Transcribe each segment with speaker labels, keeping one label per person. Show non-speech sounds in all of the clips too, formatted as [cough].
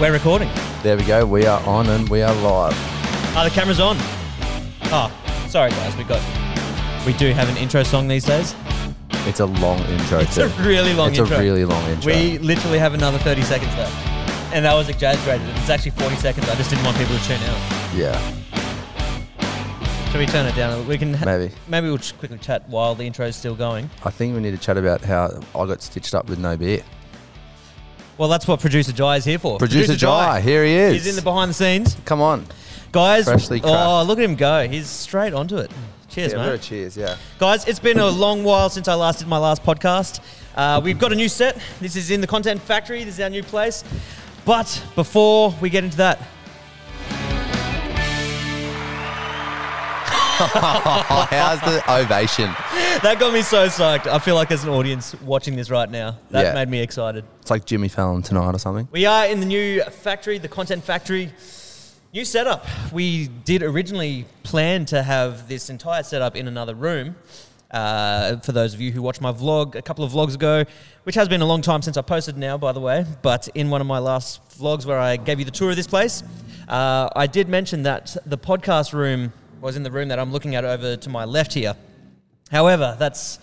Speaker 1: We're recording.
Speaker 2: There we go. We are on and we are live.
Speaker 1: Oh, the camera's on. Oh, sorry guys, we got. We do have an intro song these days.
Speaker 2: It's a long intro.
Speaker 1: It's a
Speaker 2: too.
Speaker 1: really long
Speaker 2: It's
Speaker 1: intro.
Speaker 2: a really long intro.
Speaker 1: We literally have another 30 seconds left, and that was exaggerated. It's actually 40 seconds. I just didn't want people to tune out.
Speaker 2: yeah.
Speaker 1: Should we turn it down? a little? We can. Ha-
Speaker 2: Maybe.
Speaker 1: Maybe we'll just quickly chat while the intro's still going.
Speaker 2: I think we need to chat about how I got stitched up with no beer.
Speaker 1: Well, that's what producer Jai is here for.
Speaker 2: Producer, Jai, here he is.
Speaker 1: He's in the behind the scenes,
Speaker 2: Come on.
Speaker 1: guys.
Speaker 2: Freshly cracked.
Speaker 1: oh, look at him go. He's straight onto it. Cheers,
Speaker 2: yeah,
Speaker 1: mate.
Speaker 2: bit of cheers. Yeah.
Speaker 1: Guys, it's been a long while since I last did my last podcast. Uh, we've got a new set. This is in the Content Factory. This is our new place. But before we get into that,
Speaker 2: Oh, how's the ovation?
Speaker 1: that got me so psyched. I feel like there's an audience watching this right now. That
Speaker 2: Yeah.
Speaker 1: made me excited.
Speaker 2: It's like Jimmy Fallon tonight or something.
Speaker 1: We are in the new factory, the Content Factory. New setup. We did originally plan to have this entire setup in another room. Uh, for those of you who watched my vlog a couple of vlogs ago, which has been a long time since I posted now, by the way, but in one of my last vlogs where I gave you the tour of this place, uh, I did mention that the podcast room was in the room that I'm looking at over to my left here. However, that's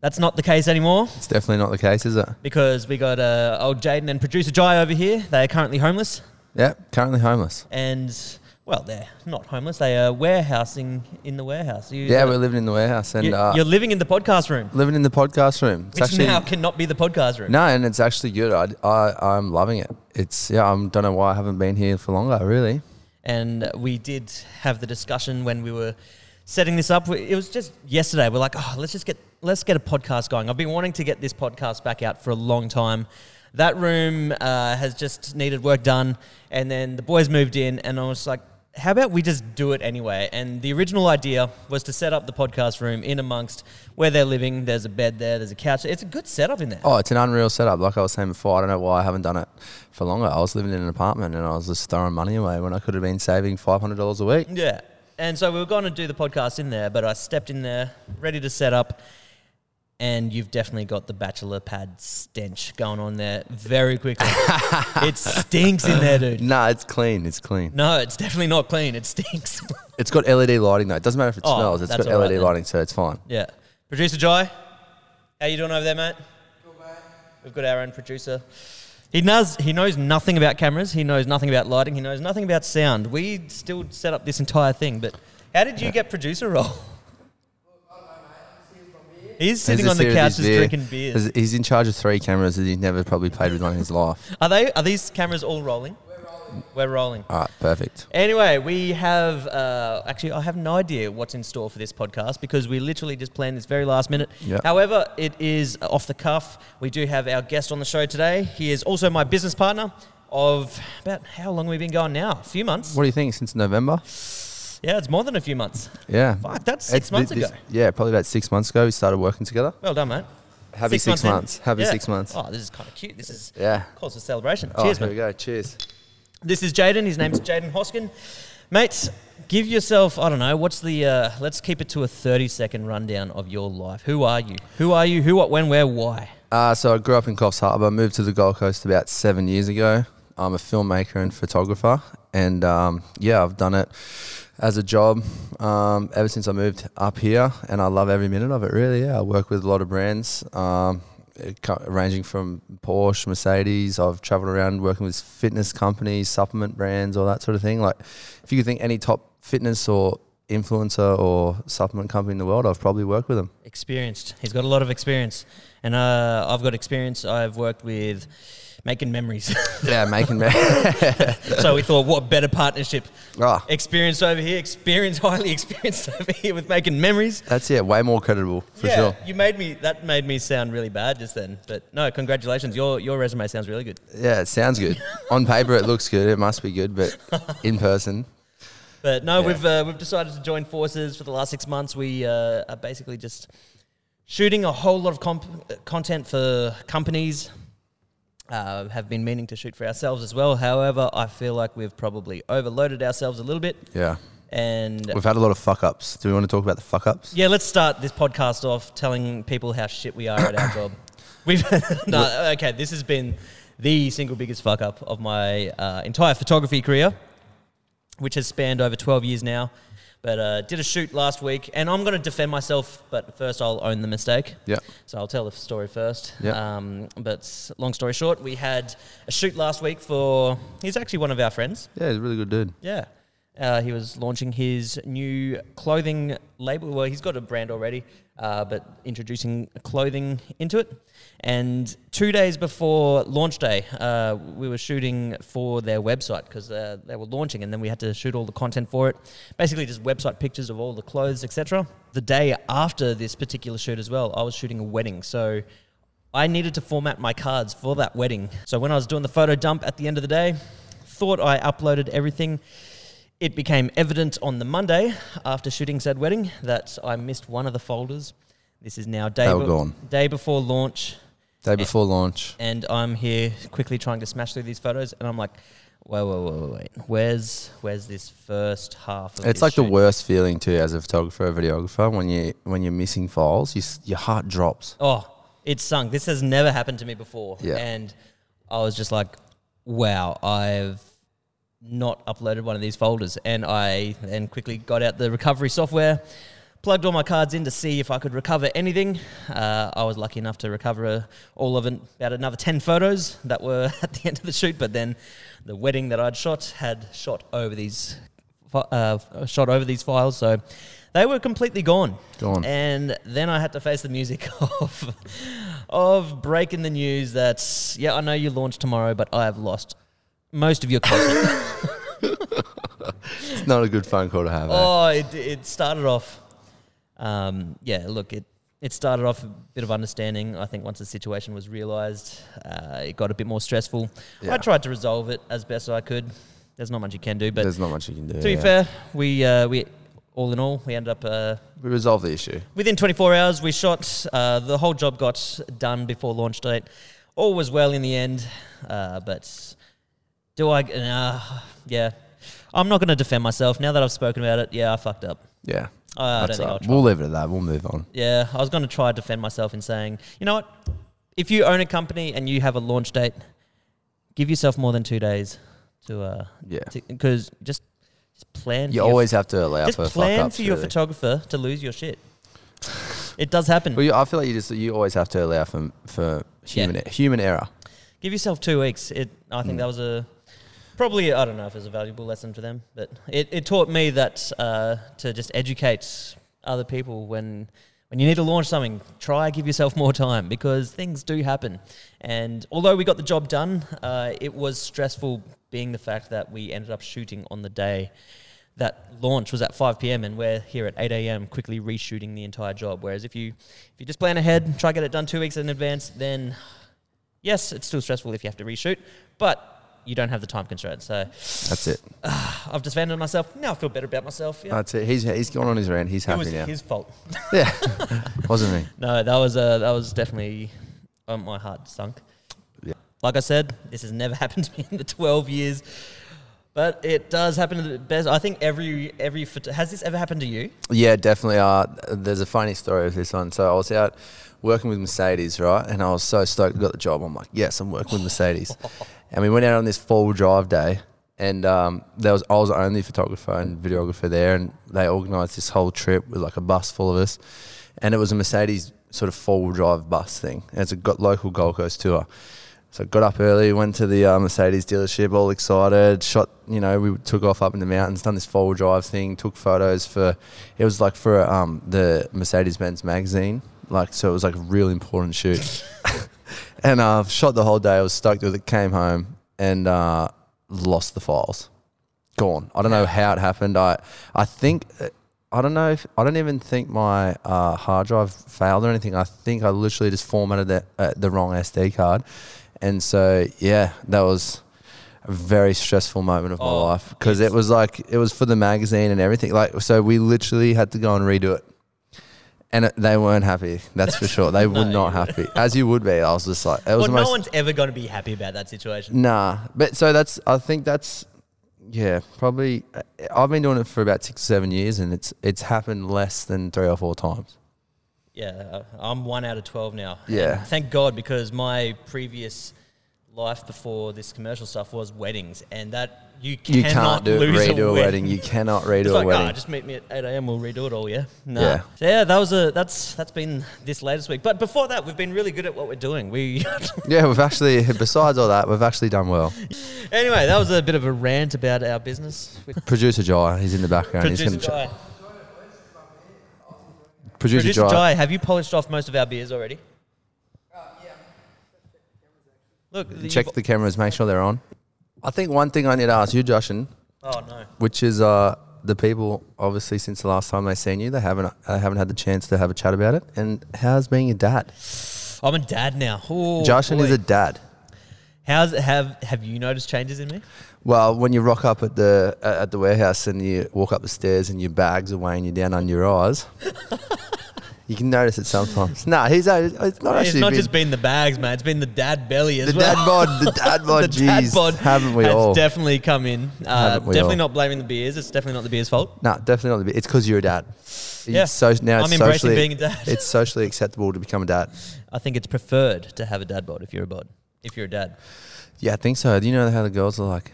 Speaker 1: that's not the case anymore
Speaker 2: It's definitely not the case, is it?
Speaker 1: because we got uh, old Jaden and producer Jai over here. They are currently homeless,
Speaker 2: Yeah. Currently homeless.
Speaker 1: and well, they're not homeless. They are warehousing in the warehouse. You, uh,
Speaker 2: Yeah, we're living in the warehouse and
Speaker 1: you,
Speaker 2: uh,
Speaker 1: are living in the podcast room,
Speaker 2: living in the podcast room. It's
Speaker 1: which now cannot be the podcast room.
Speaker 2: No, and it's actually good. I, I, I'm loving it. It's, yeah, I don't know why I haven't been here for longer, really.
Speaker 1: And we did have the discussion when we were setting this up. It was just yesterday. We're like, oh, let's just get let's get a podcast going. I've been wanting to get this podcast back out for a long time. That room uh, has just needed work done, and then the boys moved in, and I was like. How about we just do it anyway? And the original idea was to set up the podcast room in amongst where they're living. There's a bed there, there's a couch. It's a good setup in there.
Speaker 2: Oh, it's an unreal setup. Like I was saying before, I don't know why I haven't done it for longer. I was living in an apartment and I was just throwing money away when I could have been saving five hundred dollars a week.
Speaker 1: Yeah. And so we were going to do the podcast in there, but I stepped in there, ready to set up. And you've definitely got the bachelor pad stench going on there very quickly. it stinks in there, dude.
Speaker 2: Nah, it's clean. It's clean.
Speaker 1: No, it's definitely not clean. It stinks.
Speaker 2: It's got LED lighting though. It doesn't matter if it
Speaker 1: Oh,
Speaker 2: smells. It's
Speaker 1: that's
Speaker 2: got
Speaker 1: all right
Speaker 2: LED
Speaker 1: then.
Speaker 2: lighting, so it's fine.
Speaker 1: yeah. Producer Joy, how you doing over there, mate? We've got our own producer. He knows he knows nothing about cameras. He knows nothing about lighting. He knows nothing about sound. We still set up this entire thing. But how did you get producer role? He's sitting
Speaker 2: He's
Speaker 1: on the
Speaker 2: here with
Speaker 1: couch
Speaker 2: his
Speaker 1: just
Speaker 2: beer.
Speaker 1: drinking beers.
Speaker 2: He's- He's in charge of three cameras that he's never probably played with one in his life.
Speaker 1: Are they? Are these cameras all rolling? We're rolling. We're rolling.
Speaker 2: All right, perfect.
Speaker 1: Anyway, we have uh, actually, I have no idea what's in store for this podcast because we literally just planned this very last minute.
Speaker 2: Yeah.
Speaker 1: However, it is off the cuff. We do have our guest on the show today. He is also my business partner of about how long we've been going now? A few months.
Speaker 2: What do you think? Since November?
Speaker 1: Yeah, it's more than a few months.
Speaker 2: Yeah.
Speaker 1: Fuck, that's six
Speaker 2: It's thi-
Speaker 1: months
Speaker 2: this-
Speaker 1: ago.
Speaker 2: Yeah, probably about six months ago we started working together.
Speaker 1: Well done, mate.
Speaker 2: Happy six,
Speaker 1: in.
Speaker 2: months. Happy
Speaker 1: Yeah.
Speaker 2: six months.
Speaker 1: Oh, this is kind of cute. This is
Speaker 2: Yeah.
Speaker 1: cause for celebration.
Speaker 2: Oh,
Speaker 1: Cheers,
Speaker 2: here
Speaker 1: mate.
Speaker 2: we go. Cheers.
Speaker 1: This is Jaden. His name's Jaden Hoskin. Mates, give yourself, I don't know, what's the, uh, let's keep it to a 30 second rundown of your life. Who are you? Who are you? Who, what, when, where, why?
Speaker 2: Uh, so I grew up in Coffs Harbour, moved to the Gold Coast about seven years ago. I'm a filmmaker and photographer, and um, yeah, I've done it as a job um, ever since I moved up here, and I love every minute of it. Really, yeah, I work with a lot of brands, um, it co- ranging from Porsche, Mercedes. I've travelled around working with fitness companies, supplement brands, all that sort of thing. Like, if you could think any top fitness or influencer or supplement company in the world, I've probably worked with them.
Speaker 1: Experienced. He's got a lot of experience. And uh, I've got experience. I've worked with making memories. [laughs]
Speaker 2: Yeah, making [laughs] me.
Speaker 1: so we thought, what better partnership?
Speaker 2: Ah.
Speaker 1: Experience over here, experience, highly experienced [laughs] over here with making memories.
Speaker 2: That's it. Way more creditable for
Speaker 1: yeah,
Speaker 2: sure.
Speaker 1: you made me. That made me sound really bad just then. But no, congratulations. Your your resume sounds really good.
Speaker 2: Yeah, it
Speaker 1: [laughs]
Speaker 2: sounds good. On paper, it looks good. It must be good, but in person,
Speaker 1: But no,
Speaker 2: Yeah.
Speaker 1: we've uh, we've decided to join forces for the last six months. We uh, are basically just shooting a whole lot of comp- content for companies. Uh, have been meaning to shoot for ourselves as well. However, I feel like we've probably overloaded ourselves a little bit.
Speaker 2: yeah,
Speaker 1: And
Speaker 2: we've had a lot of fuck ups. Do we want to talk about the fuck ups?
Speaker 1: yeah, let's start this podcast [laughs] off telling people how shit we are at our job. We've no, okay. This has been the single biggest fuck up of my uh, entire photography career, which has spanned over 12 years now. But uh, did a shoot last week, and I'm going to defend myself. But first, I'll own the mistake.
Speaker 2: Yeah.
Speaker 1: So I'll tell the story first.
Speaker 2: Yeah.
Speaker 1: Um, but long story short, we had a shoot last week for. He's actually one of our friends.
Speaker 2: Yeah, he's a really good dude.
Speaker 1: Yeah. Uh, he was launching his new clothing label. Well, he's got a brand already, uh, but introducing clothing into it. And two days before launch day, uh, we were shooting for their website because uh, they were launching, and then we had to shoot all the content for it. Basically, just website pictures of all the clothes, etc. The day after this particular shoot as well, I was shooting a wedding, so I needed to format my cards for that wedding. So when I was doing the photo dump at the end of the day, thought I uploaded everything. It became evident on the Monday after shooting said wedding that I missed one of the folders. This is now day,
Speaker 2: They were gone.
Speaker 1: day before launch,
Speaker 2: Day before launch.
Speaker 1: and I'm here quickly trying to smash through these photos, and I'm like, wait, wait, wait, wait, wait. Where's where's this first half? Of
Speaker 2: It's
Speaker 1: this
Speaker 2: like the
Speaker 1: shoot?
Speaker 2: worst feeling too, as a photographer, or videographer, when you when you're missing files, you, s- your heart drops.
Speaker 1: Oh, it sunk. This has never happened to me before.
Speaker 2: Yeah.
Speaker 1: And I was just like, wow, I've not uploaded one of these folders. And I then quickly got out the recovery software, plugged all my cards in to see if I could recover anything. Uh, I was lucky enough to recover uh, all of an, about another 10 photos that were [laughs] at the end of the shoot. But then the wedding that I'd shot had shot over these. fi- Uh, shot over these files, so they were completely gone.
Speaker 2: Gone.
Speaker 1: And then I had to face the music [laughs] of of breaking the news that yeah, I know you launch tomorrow, but I have lost most
Speaker 2: [coughs]
Speaker 1: of your content.
Speaker 2: It's not a good phone call to have. eh?
Speaker 1: oh, it, it started off. Um, yeah, look, it it started off a bit of understanding. I think once the situation was realised, uh, it got a bit more stressful. I
Speaker 2: Yeah.
Speaker 1: tried to resolve it as best I could. There's not much you can do, but
Speaker 2: There's not much you can do.
Speaker 1: to be
Speaker 2: yeah.
Speaker 1: fair, we uh, we all in all we ended up. Uh,
Speaker 2: we resolve the issue.
Speaker 1: Within 24 hours, we shot. Uh, the whole job got done before launch date. All was well in the end. Uh, but do I? Nah, yeah. I'm not going to defend myself. Now that I've spoken about it, yeah, I fucked up.
Speaker 2: Yeah,
Speaker 1: I, I don't
Speaker 2: that's
Speaker 1: think I'll
Speaker 2: up.
Speaker 1: try.
Speaker 2: We'll leave it at that. We'll move on.
Speaker 1: Yeah, I was going to try to defend myself in saying, you know what? If you own a company and you have a launch date, give yourself more than two days to. uh
Speaker 2: Yeah,
Speaker 1: Because just, just plan.
Speaker 2: you
Speaker 1: for your-
Speaker 2: always have to allow
Speaker 1: just
Speaker 2: for
Speaker 1: plan
Speaker 2: fuck-ups,
Speaker 1: for your
Speaker 2: really.
Speaker 1: photographer to lose your shit. It does happen.
Speaker 2: Well, you, I feel like you just you always have to allow for for human human error.
Speaker 1: Give yourself two weeks. It, I think that was a probably I don't know if it was a valuable lesson for them, but it, it taught me that uh, to just educate other people when when you need to launch something, try give yourself more time because things do happen. And although we got the job done, uh, it was stressful being the fact that we ended up shooting on the day. That launch was at 5 p.m. and we're here at 8 a.m. quickly reshooting the entire job. Whereas if you if you just plan ahead, and try to get it done two weeks in advance, then yes, it's still stressful if you have to reshoot, but you don't have the time constraint. So
Speaker 2: That's it.
Speaker 1: I've defended myself. Now I feel better about myself. Yeah.
Speaker 2: That's it. He's he's gone on his rant. He's
Speaker 1: it
Speaker 2: happy
Speaker 1: was
Speaker 2: now.
Speaker 1: his fault.
Speaker 2: yeah, [laughs] wasn't he?
Speaker 1: No, that was uh, that was definitely um, my heart sunk.
Speaker 2: Yeah.
Speaker 1: Like I said, this has never [laughs] happened to me in the twelve years, but it does happen to the best. I think every every photo- has this ever happened to you?
Speaker 2: Yeah, definitely. Uh, there's a funny story with this one. So I was out working with Mercedes, right? And I was so stoked I got the job. I'm like, yes, I'm working with Mercedes. and we went out on this four wheel drive day, and um, there was I was the only photographer and videographer there, and they organised this whole trip with like a bus full of us, and it was a Mercedes sort of four wheel drive bus thing. And it's a got local Gold Coast tour. So got up early, went to the uh, Mercedes dealership, all excited. Shot, you know, we took off up in the mountains, done this four wheel drive thing, took photos for. It was like for um, the Mercedes Benz magazine, like so it was like a real important shoot. and uh, shot the whole day. I was stoked with it. Came home and uh, lost the files, gone. I don't know how it happened. I I think. uh, I don't know if I don't even think my uh, hard drive failed or anything. I think I literally just formatted the, uh, the wrong SD card, and so yeah, that was a very stressful moment of my
Speaker 1: Oh,
Speaker 2: life because it was like it was for the magazine and everything. Like so, we literally had to go and redo it, and it, they weren't happy. That's for sure.
Speaker 1: [laughs]
Speaker 2: They were not happy, as you would be. I was just like, it
Speaker 1: Well,
Speaker 2: was the
Speaker 1: no
Speaker 2: most
Speaker 1: one's ever going to be happy about that situation.
Speaker 2: Nah, but so that's I think that's yeah probably I've been doing it for about six seven years and it's it's happened less than three or four times.
Speaker 1: Yeah, uh, I'm one out of 12 now.
Speaker 2: Yeah.
Speaker 1: And thank God because my previous life before this commercial stuff was weddings, and that you
Speaker 2: You
Speaker 1: cannot
Speaker 2: can't do
Speaker 1: lose
Speaker 2: redo
Speaker 1: a wedding.
Speaker 2: You cannot redo
Speaker 1: It's
Speaker 2: a
Speaker 1: like,
Speaker 2: wedding.
Speaker 1: ah, just meet me at eight AM. We'll redo it all. Yeah. No.
Speaker 2: Yeah.
Speaker 1: So yeah, that was a that's that's been this latest week. But before that, we've been really good at what we're doing. We [laughs]
Speaker 2: [laughs] yeah, we've actually. Besides all that, we've actually done well.
Speaker 1: anyway, that was a bit of a rant about our business. With
Speaker 2: Producer Jai, he's in the background.
Speaker 1: producer
Speaker 2: he's gonna
Speaker 1: Jai.
Speaker 2: ch- producer,
Speaker 1: Producer
Speaker 2: Jai.
Speaker 1: Jai, have you polished off most of our beers already? Look, you've-
Speaker 2: Check the cameras. Make sure they're on. I think one thing I need to ask you, Joshin,
Speaker 1: Oh no.
Speaker 2: which is uh, the people obviously since the last time they seen you, they haven't they haven't had the chance to have a chat about it. And how's being a dad?
Speaker 1: I'm a dad now. Ooh,
Speaker 2: Joshin is
Speaker 1: Oh, boy.
Speaker 2: a dad.
Speaker 1: How's have have you noticed changes in me?
Speaker 2: Well, when you rock up at the at at the warehouse and you walk up the stairs and your bags are weighing you down on your eyes, [laughs] you can notice
Speaker 1: [laughs]
Speaker 2: it sometimes. No, he's a, it's not
Speaker 1: It's
Speaker 2: actually
Speaker 1: not
Speaker 2: been-
Speaker 1: just been the bags, man. It's been the dad belly as
Speaker 2: the
Speaker 1: well. [laughs]
Speaker 2: dad bod, the dad bod,
Speaker 1: the dad
Speaker 2: jeez,
Speaker 1: bod
Speaker 2: haven't we
Speaker 1: has
Speaker 2: all?
Speaker 1: definitely come in. Uh,
Speaker 2: Haven't we
Speaker 1: definitely
Speaker 2: all?
Speaker 1: not blaming the beers. It's definitely not the beer's fault.
Speaker 2: no, definitely not. the bit. It's because you're a dad. It's
Speaker 1: Yeah,
Speaker 2: so, now
Speaker 1: I'm
Speaker 2: it's
Speaker 1: embracing
Speaker 2: socially,
Speaker 1: being a dad.
Speaker 2: It's socially acceptable to become a dad.
Speaker 1: I think it's preferred to have a dad bod if you're a bod. If you're a dad,
Speaker 2: Yeah, I think so. Do you know how the girls are like?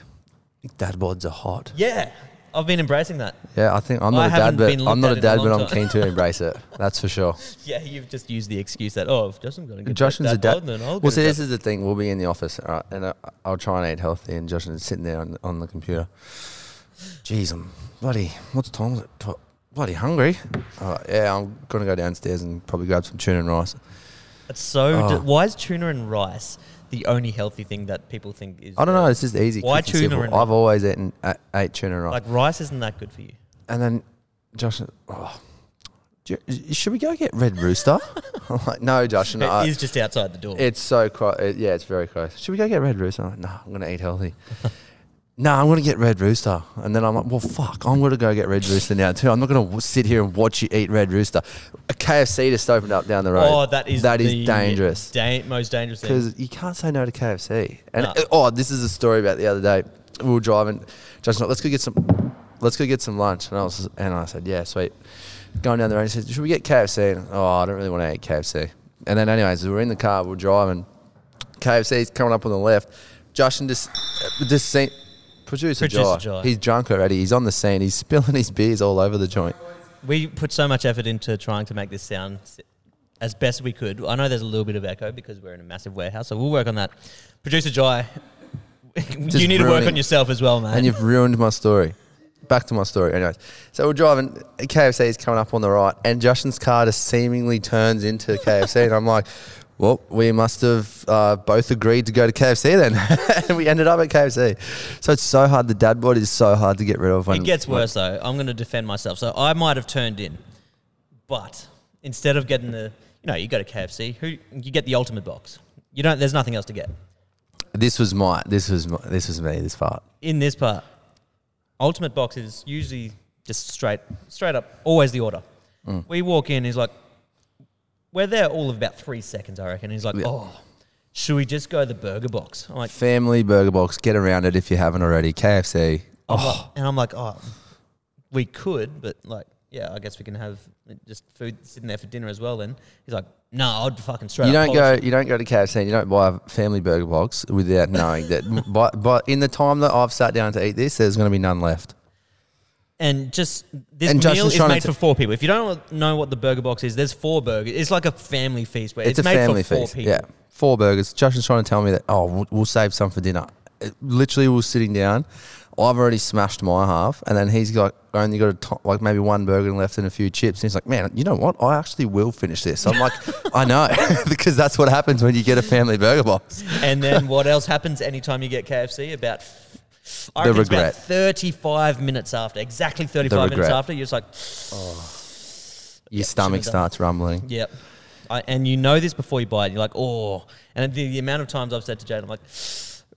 Speaker 2: Dad bods are hot.
Speaker 1: yeah, I've been embracing that.
Speaker 2: Yeah, I think I'm
Speaker 1: I
Speaker 2: not a
Speaker 1: haven't
Speaker 2: dad,
Speaker 1: been
Speaker 2: but
Speaker 1: looked
Speaker 2: I'm not
Speaker 1: at
Speaker 2: a
Speaker 1: in a
Speaker 2: dad, but
Speaker 1: long
Speaker 2: I'm
Speaker 1: time.
Speaker 2: keen to embrace it. That's for sure.
Speaker 1: Yeah, you've just used the excuse that oh, if Justin's gonna get
Speaker 2: Justin's
Speaker 1: that
Speaker 2: a dad.
Speaker 1: bod, then I'll
Speaker 2: well,
Speaker 1: get
Speaker 2: see,
Speaker 1: a
Speaker 2: this
Speaker 1: dad.
Speaker 2: is the thing. We'll be in the office, all right, and I, I'll try and eat healthy, and Justin's sitting there on, on the computer. Jeez, I'm bloody. What's the time? Is it? Tw- Bloody hungry. Uh, yeah, I'm gonna go downstairs and probably grab some tuna and rice.
Speaker 1: It's so.
Speaker 2: Oh.
Speaker 1: d- why is tuna and rice the only healthy thing that people think is?
Speaker 2: I don't know. It's just easy.
Speaker 1: Why
Speaker 2: quick and
Speaker 1: tuna
Speaker 2: simple.
Speaker 1: and-
Speaker 2: I've always eaten uh, ate tuna and rice.
Speaker 1: Like rice isn't that good for you.
Speaker 2: and then Josh, oh, do you- should we go get Red Rooster? [laughs] I'm like, no, Josh. No, I-
Speaker 1: It [laughs] is just outside the door.
Speaker 2: It's so close. It, yeah, it's very close. Should we go get Red Rooster? I'm like, no, I'm going to eat healthy. [laughs] no, I'm going to get Red Rooster. And then I'm like, well, fuck, I'm going to go get Red Rooster now too. I'm not going to w- sit here and watch you eat Red Rooster. A KFC just opened up down the road.
Speaker 1: oh, that is
Speaker 2: that is
Speaker 1: the
Speaker 2: dangerous
Speaker 1: da- most dangerous thing.
Speaker 2: because you can't say no to KFC. And
Speaker 1: No.
Speaker 2: uh, oh, this is a story about the other day. We were driving. Justin, like, let's go get some. Let's go get some lunch. And I was, and I said, yeah, sweet. Going down the road, he said, should we get KFC? And, oh, I don't really want to eat KFC. And then, anyways, we were in the car, we were driving. KFC's coming up on the left. Justin just, uh, just seen producer,
Speaker 1: Producer
Speaker 2: Jai.
Speaker 1: Jai.
Speaker 2: He's drunk already. He's on the scene. He's spilling his beers all over the joint.
Speaker 1: We put so much effort into trying to make this sound s- as best we could. I know there's a little bit of echo because we're in a massive warehouse, so we'll work on that. Producer Jai, [laughs] you need to work
Speaker 2: ruining-
Speaker 1: on yourself as well, man.
Speaker 2: and you've ruined my story. Back to my story, anyways. So we're driving. KFC is coming up on the right, and Justin's car just seemingly turns into KFC, and I'm like, "Well, we must have uh, both agreed to go to KFC then." [laughs] and we ended up at KFC. So it's so hard. The dad bod is so hard to get rid of. When
Speaker 1: it gets worse though. I'm going to defend myself. So I might have turned in, but instead of getting the, you know, you go to KFC, who you get the ultimate box. You don't. There's nothing else to get
Speaker 2: This was my. This was my, this was me. This part.
Speaker 1: in this part. Ultimate box is usually just straight, straight up, always the order.
Speaker 2: Mm.
Speaker 1: We walk in, he's like, we're there all of about three seconds, I reckon. He's like,
Speaker 2: Yeah.
Speaker 1: oh, should we just go the burger box? I'm like,
Speaker 2: Family burger box. Get around it if you haven't already. KFC.
Speaker 1: I'm like- and I'm like, oh, we could, but like, yeah, I guess we can have just food sitting there for dinner as well. Then he's like, no, I'd fucking straight.
Speaker 2: You
Speaker 1: up
Speaker 2: don't
Speaker 1: polish
Speaker 2: go.
Speaker 1: it."
Speaker 2: You don't go to KFC. And you don't buy a family burger box without knowing that. But but in the time that I've sat down to eat this, there's going to be none left.
Speaker 1: And just this
Speaker 2: And
Speaker 1: meal
Speaker 2: Justin's
Speaker 1: is
Speaker 2: trying to
Speaker 1: made
Speaker 2: t-
Speaker 1: for four people. If you don't know what the burger box is, there's four burgers. It's like a family feast where it's,
Speaker 2: It's, a
Speaker 1: made
Speaker 2: family
Speaker 1: for four
Speaker 2: feast.
Speaker 1: people.
Speaker 2: Yeah, four burgers. Justin's trying to tell me that. Oh, we'll, we'll save some for dinner. It- literally, we we're sitting down. I've already smashed my half, and then he's like only got a to- like maybe one burger left and a few chips. And he's like, "Man, you know what? I actually will finish this." I'm like, [laughs] "I know," because that's what happens when you get a family burger box.
Speaker 1: And then what else happens anytime you get KFC? About I
Speaker 2: The
Speaker 1: reckon it's
Speaker 2: regret.
Speaker 1: About Thirty-five minutes after, exactly thirty-five minutes
Speaker 2: regret.
Speaker 1: after, you're just like,
Speaker 2: Your stomach
Speaker 1: done.
Speaker 2: starts rumbling.
Speaker 1: Yep. I, and you know this before you buy it. You're like, oh. And the, the amount of times I've said to Jade, I'm like,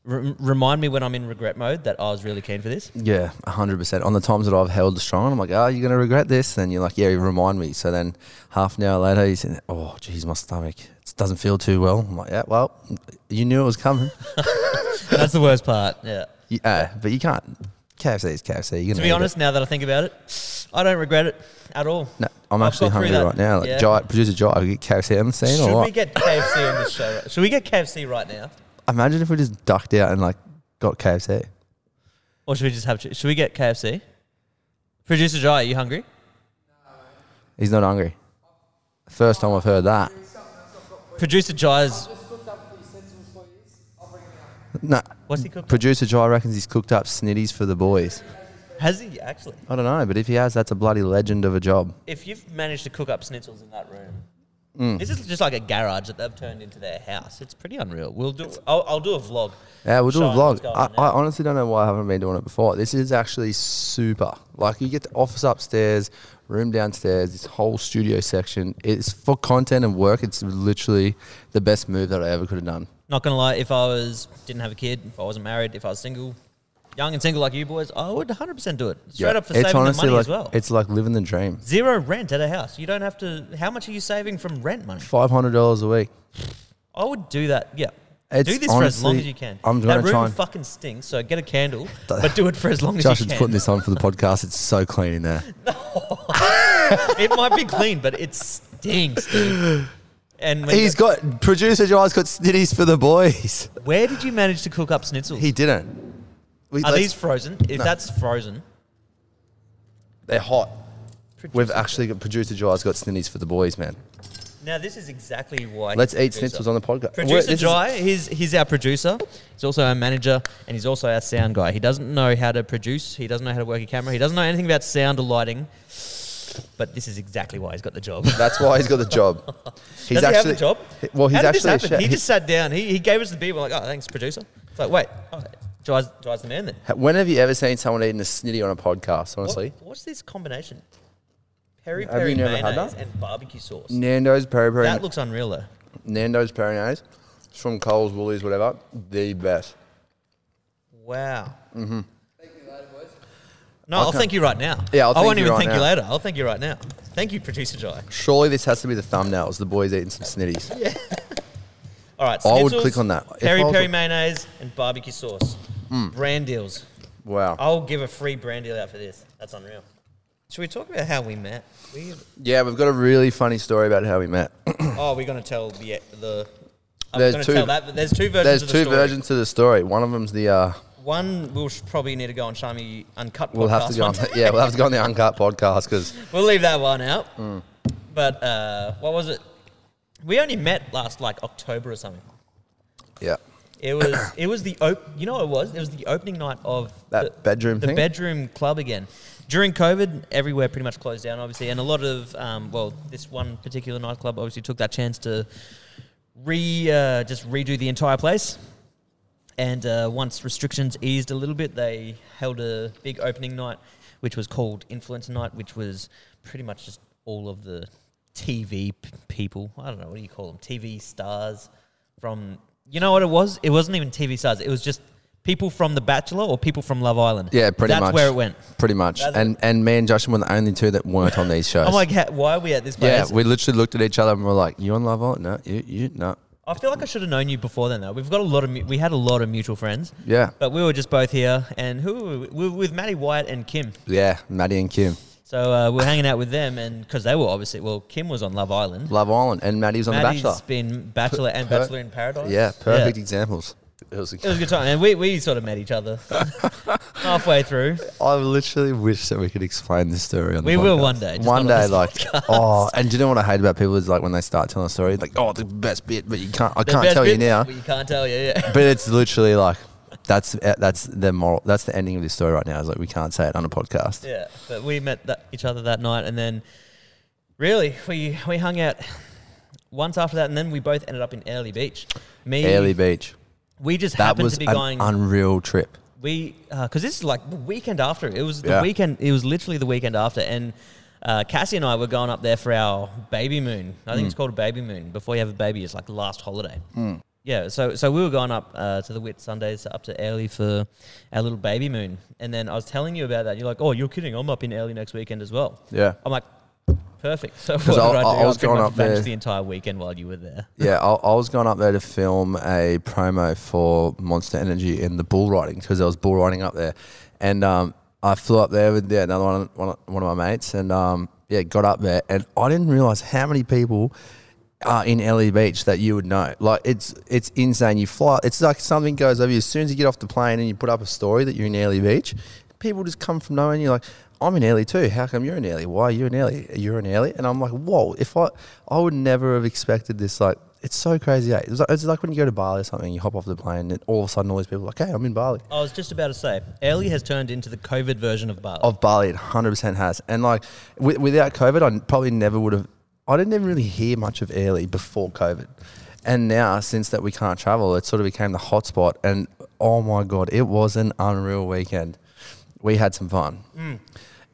Speaker 1: "Rem- remind me when I'm in regret mode that I was really keen for this.
Speaker 2: Yeah, hundred percent. On the times that I've held strong, I'm like, "Oh, you're gonna regret this." Then you're like, "Yeah, remind me." So then, half an hour later, you say, "Oh, geez, my stomach it doesn't feel too well." I'm like, "Yeah, well, you knew it was coming." [laughs]
Speaker 1: That's the worst part. Yeah.
Speaker 2: yeah, but you can't. KFC is KFC. You're gonna
Speaker 1: To be
Speaker 2: eat
Speaker 1: honest, now that I think about it, I don't regret it at all.
Speaker 2: it. No, I'm
Speaker 1: I've got
Speaker 2: actually
Speaker 1: through
Speaker 2: hungry
Speaker 1: that.
Speaker 2: right now. Like,
Speaker 1: Yeah.
Speaker 2: Jai- producer Jai, get KFC on the scene
Speaker 1: Should
Speaker 2: or
Speaker 1: we
Speaker 2: what?
Speaker 1: get KFC on this show? Should we get KFC right now?
Speaker 2: Imagine if we just ducked out and like got KFC.
Speaker 1: Or should we just have? Should we get KFC? Producer Jai, are you hungry?
Speaker 2: He's not hungry. First time I've heard that.
Speaker 1: Producer Jai's.
Speaker 2: No,
Speaker 1: What's he cooked?
Speaker 2: producer Jai reckons he's cooked up snitties for the boys.
Speaker 1: Has he actually?
Speaker 2: I don't know, but if he has, that's a bloody legend of a job.
Speaker 1: If you've managed to cook up schnitzels in that room,
Speaker 2: Mm.
Speaker 1: this is just like a garage that they've turned into their house. It's pretty unreal. We'll do. I'll, I'll do a vlog.
Speaker 2: Yeah, we'll do a
Speaker 1: showing what's
Speaker 2: vlog.
Speaker 1: going
Speaker 2: I,
Speaker 1: on there.
Speaker 2: I honestly don't know why I haven't been doing it before. This is actually super. Like, you get the office upstairs, room downstairs, this whole studio section. It's for content and work. It's literally the best move that I ever could have done.
Speaker 1: Not gonna lie, if I was didn't have a kid, if I wasn't married, if I was single, young and single like you boys, I would 100 percent do it. Straight
Speaker 2: Yeah.
Speaker 1: up for saving the money
Speaker 2: like,
Speaker 1: as well.
Speaker 2: It's like living the dream.
Speaker 1: Zero rent at a house. You don't have to. How much are you saving from rent money?
Speaker 2: $500
Speaker 1: [laughs]
Speaker 2: a week.
Speaker 1: I would do that. Yeah.
Speaker 2: It's
Speaker 1: do this for as long
Speaker 2: honestly-
Speaker 1: as you can.
Speaker 2: I'm
Speaker 1: that
Speaker 2: gonna
Speaker 1: room
Speaker 2: try and-
Speaker 1: fucking stinks, so get a candle,
Speaker 2: [laughs]
Speaker 1: but do it for as long as
Speaker 2: Josh
Speaker 1: you
Speaker 2: is
Speaker 1: can.
Speaker 2: putting this on for the podcast. It's so clean in there.
Speaker 1: it might be clean, but it stinks. dude. And when
Speaker 2: He's got, producer Jai's got snitties for the boys. [laughs]
Speaker 1: where did you manage to cook up schnitzels?
Speaker 2: He didn't. We-
Speaker 1: Are
Speaker 2: let's-
Speaker 1: these frozen? If that's frozen,
Speaker 2: They're hot. We've actually got producer Jai's got snitties for the boys, man.
Speaker 1: now this is exactly why.
Speaker 2: Let's
Speaker 1: he's
Speaker 2: eat
Speaker 1: producer.
Speaker 2: schnitzels on the podcast. We're-
Speaker 1: Producer
Speaker 2: this is-
Speaker 1: Jai, he's, he's our producer. He's also our manager, and he's also our sound guy. He doesn't know how to produce. He doesn't know how to work a camera. He doesn't know anything about sound or lighting. But this is exactly why he's got the job.
Speaker 2: That's why he's got the job.
Speaker 1: [laughs] Does
Speaker 2: He's
Speaker 1: he have
Speaker 2: actually
Speaker 1: a job?
Speaker 2: Well, he's
Speaker 1: How did this
Speaker 2: actually a
Speaker 1: happen?
Speaker 2: chef.
Speaker 1: he just sat down. He, he gave us the beer. We're like, oh, thanks, producer. It's like, wait, oh, Jai's, Jai's the man then.
Speaker 2: when have you ever seen someone eating a snitty on a podcast? Honestly,
Speaker 1: What- what's this combination? Peri
Speaker 2: Have you
Speaker 1: peri
Speaker 2: never had
Speaker 1: mayonnaise
Speaker 2: that?
Speaker 1: and barbecue sauce.
Speaker 2: Nando's peri peri,
Speaker 1: That looks unreal though.
Speaker 2: Nando's Perinaise, it's from Coles, Woolies, whatever, the best.
Speaker 1: Wow. Mm-hmm. No, I'll
Speaker 2: can't-
Speaker 1: thank you right now.
Speaker 2: Yeah, I'll
Speaker 1: I won't
Speaker 2: thank you
Speaker 1: even
Speaker 2: right
Speaker 1: thank you
Speaker 2: now.
Speaker 1: later. I'll thank you right now. Thank you, producer Jai.
Speaker 2: Surely this has to be the thumbnails. The boys eating some snitties.
Speaker 1: All right,
Speaker 2: I would
Speaker 1: schnitzels,
Speaker 2: click on that. If
Speaker 1: Peri
Speaker 2: I was
Speaker 1: peri
Speaker 2: a- Mm.
Speaker 1: mayonnaise and barbecue sauce. Brand deals.
Speaker 2: Wow.
Speaker 1: I'll give a free brand deal out for this. That's unreal. Should we talk about how we met? We,
Speaker 2: Yeah, we've got a really funny story about how we met. [laughs]
Speaker 1: oh, we're gonna tell the the. I'm
Speaker 2: There's
Speaker 1: gonna
Speaker 2: two-
Speaker 1: tell that. But there's two versions.
Speaker 2: There's
Speaker 1: of the
Speaker 2: two
Speaker 1: story.
Speaker 2: versions to the story. One of them's the uh,
Speaker 1: One we'll sh- probably need to go on Shami uncut.
Speaker 2: we'll have to
Speaker 1: podcast
Speaker 2: go on.
Speaker 1: one
Speaker 2: The,
Speaker 1: day.
Speaker 2: yeah, we'll have Mm. to go on the uncut podcast because
Speaker 1: [laughs] we'll leave that one
Speaker 2: [laughs]
Speaker 1: out. But uh, what was it? We only met last like October or something.
Speaker 2: yeah,
Speaker 1: It was
Speaker 2: [coughs]
Speaker 1: it was the op- you know what it was it was the opening night of
Speaker 2: That
Speaker 1: the,
Speaker 2: bedroom
Speaker 1: the
Speaker 2: thing?
Speaker 1: bedroom club again. During COVID, everywhere pretty much closed down, obviously, and a lot of um, well, this one particular nightclub obviously took that chance to re uh, just redo the entire place. And uh, once restrictions eased a little bit, they held a big opening night, which was called Influencer Night, which was pretty much just all of the TV p- people. I don't know, what do you call them? TV stars from. You know what it was? It wasn't even TV stars. It was just people from The Bachelor or people from Love Island.
Speaker 2: yeah, pretty
Speaker 1: That's
Speaker 2: much.
Speaker 1: where it went.
Speaker 2: Pretty much.
Speaker 1: That's- Oh
Speaker 2: and and me and Justin were the only two that weren't
Speaker 1: [laughs]
Speaker 2: on these shows.
Speaker 1: I'm like, "Ha- why are we at this
Speaker 2: Yeah,
Speaker 1: place?
Speaker 2: we literally looked at each other and we're like, "You on Love Island? No, you, you, no."
Speaker 1: I feel like I should have known you before then, though. We've got a lot of mu- we had a lot of mutual friends.
Speaker 2: Yeah,
Speaker 1: But we were just both here, and who were we? we were with Maddie White and Kim.
Speaker 2: yeah. Maddie and Kim,
Speaker 1: So uh, we're hanging out with them, and because they were obviously well, Kim was on Love Island.
Speaker 2: Love Island, and Maddie's on
Speaker 1: Maddie's
Speaker 2: The Bachelor.
Speaker 1: been Bachelor and
Speaker 2: per-
Speaker 1: Bachelor in Paradise.
Speaker 2: Yeah, perfect
Speaker 1: Yeah.
Speaker 2: examples. It was.
Speaker 1: It was a good time, and we, we sort of met each
Speaker 2: [laughs]
Speaker 1: other halfway through.
Speaker 2: I literally wish that we could explain this story on.
Speaker 1: We
Speaker 2: the
Speaker 1: will
Speaker 2: podcast.
Speaker 1: one day, just
Speaker 2: One
Speaker 1: not on
Speaker 2: day,
Speaker 1: this
Speaker 2: like, oh, and do you know what I hate about people is like when they start telling a story, like, oh, the best bit, but you can't. I
Speaker 1: The
Speaker 2: can't
Speaker 1: best
Speaker 2: tell you
Speaker 1: bit-
Speaker 2: now.
Speaker 1: well, You can't tell you. Yeah. [laughs]
Speaker 2: But it's literally like, that's that's the moral. That's the ending of this story right now. Is like we can't say it on a podcast.
Speaker 1: yeah. But we met that, each other that night, and then really we we hung out once after that, and then we both ended up in Early Beach. Me,
Speaker 2: Early Beach.
Speaker 1: we just
Speaker 2: That
Speaker 1: happened
Speaker 2: was
Speaker 1: to be
Speaker 2: an
Speaker 1: going. [laughs]
Speaker 2: unreal trip.
Speaker 1: we because this is like the weekend after it was the
Speaker 2: Yeah.
Speaker 1: weekend it was literally the weekend after and uh, Cassie and I were going up there for our baby moon. I think it's
Speaker 2: Mm.
Speaker 1: called a baby moon. Before you have a baby, it's like last holiday. Yeah, so so we were going up uh, to the Whit Sundays up to Early for our little baby moon, and then I was telling you about that. You're like, "Oh, you're kidding! I'm up in Early next weekend as well."
Speaker 2: Yeah.
Speaker 1: I'm like, "Perfect." So [laughs] what
Speaker 2: Because
Speaker 1: did I,
Speaker 2: I-
Speaker 1: do?
Speaker 2: I- I was
Speaker 1: pretty
Speaker 2: going
Speaker 1: much
Speaker 2: up there-
Speaker 1: vanished the entire weekend while you were there.
Speaker 2: Yeah, I, I was going up there to film a promo for Monster Energy and the bull riding because I was bull riding up there, and um, I flew up there with yeah, another one, one, of- one of my mates, and um, yeah, got up there, and I didn't realize how many people are in Ellie Beach that you would know. Like it's it's insane. You fly. It's like something goes over you as soon as you get off the plane and you put up a story that you're in Ellie Beach. People just come from nowhere. and You're like, I'm in Ellie too. How come you're in Ellie? Why are you in Ellie? You're in Ellie, and I'm like, whoa. If I I would never have expected this. Like it's so crazy. Eh? It's, like, it's like when you go to Bali or something. You hop off the plane and all of a sudden all these people are like, hey, I'm in Bali.
Speaker 1: I was just about to say, Ellie has turned into the COVID version of Bali.
Speaker 2: of Bali, it 100% has. And like wi- without COVID, I probably never would have. I didn't even really hear much of Airlie before COVID. And now, since that we can't travel, it sort of became the hotspot. And oh my God, it was an unreal weekend. We had some fun.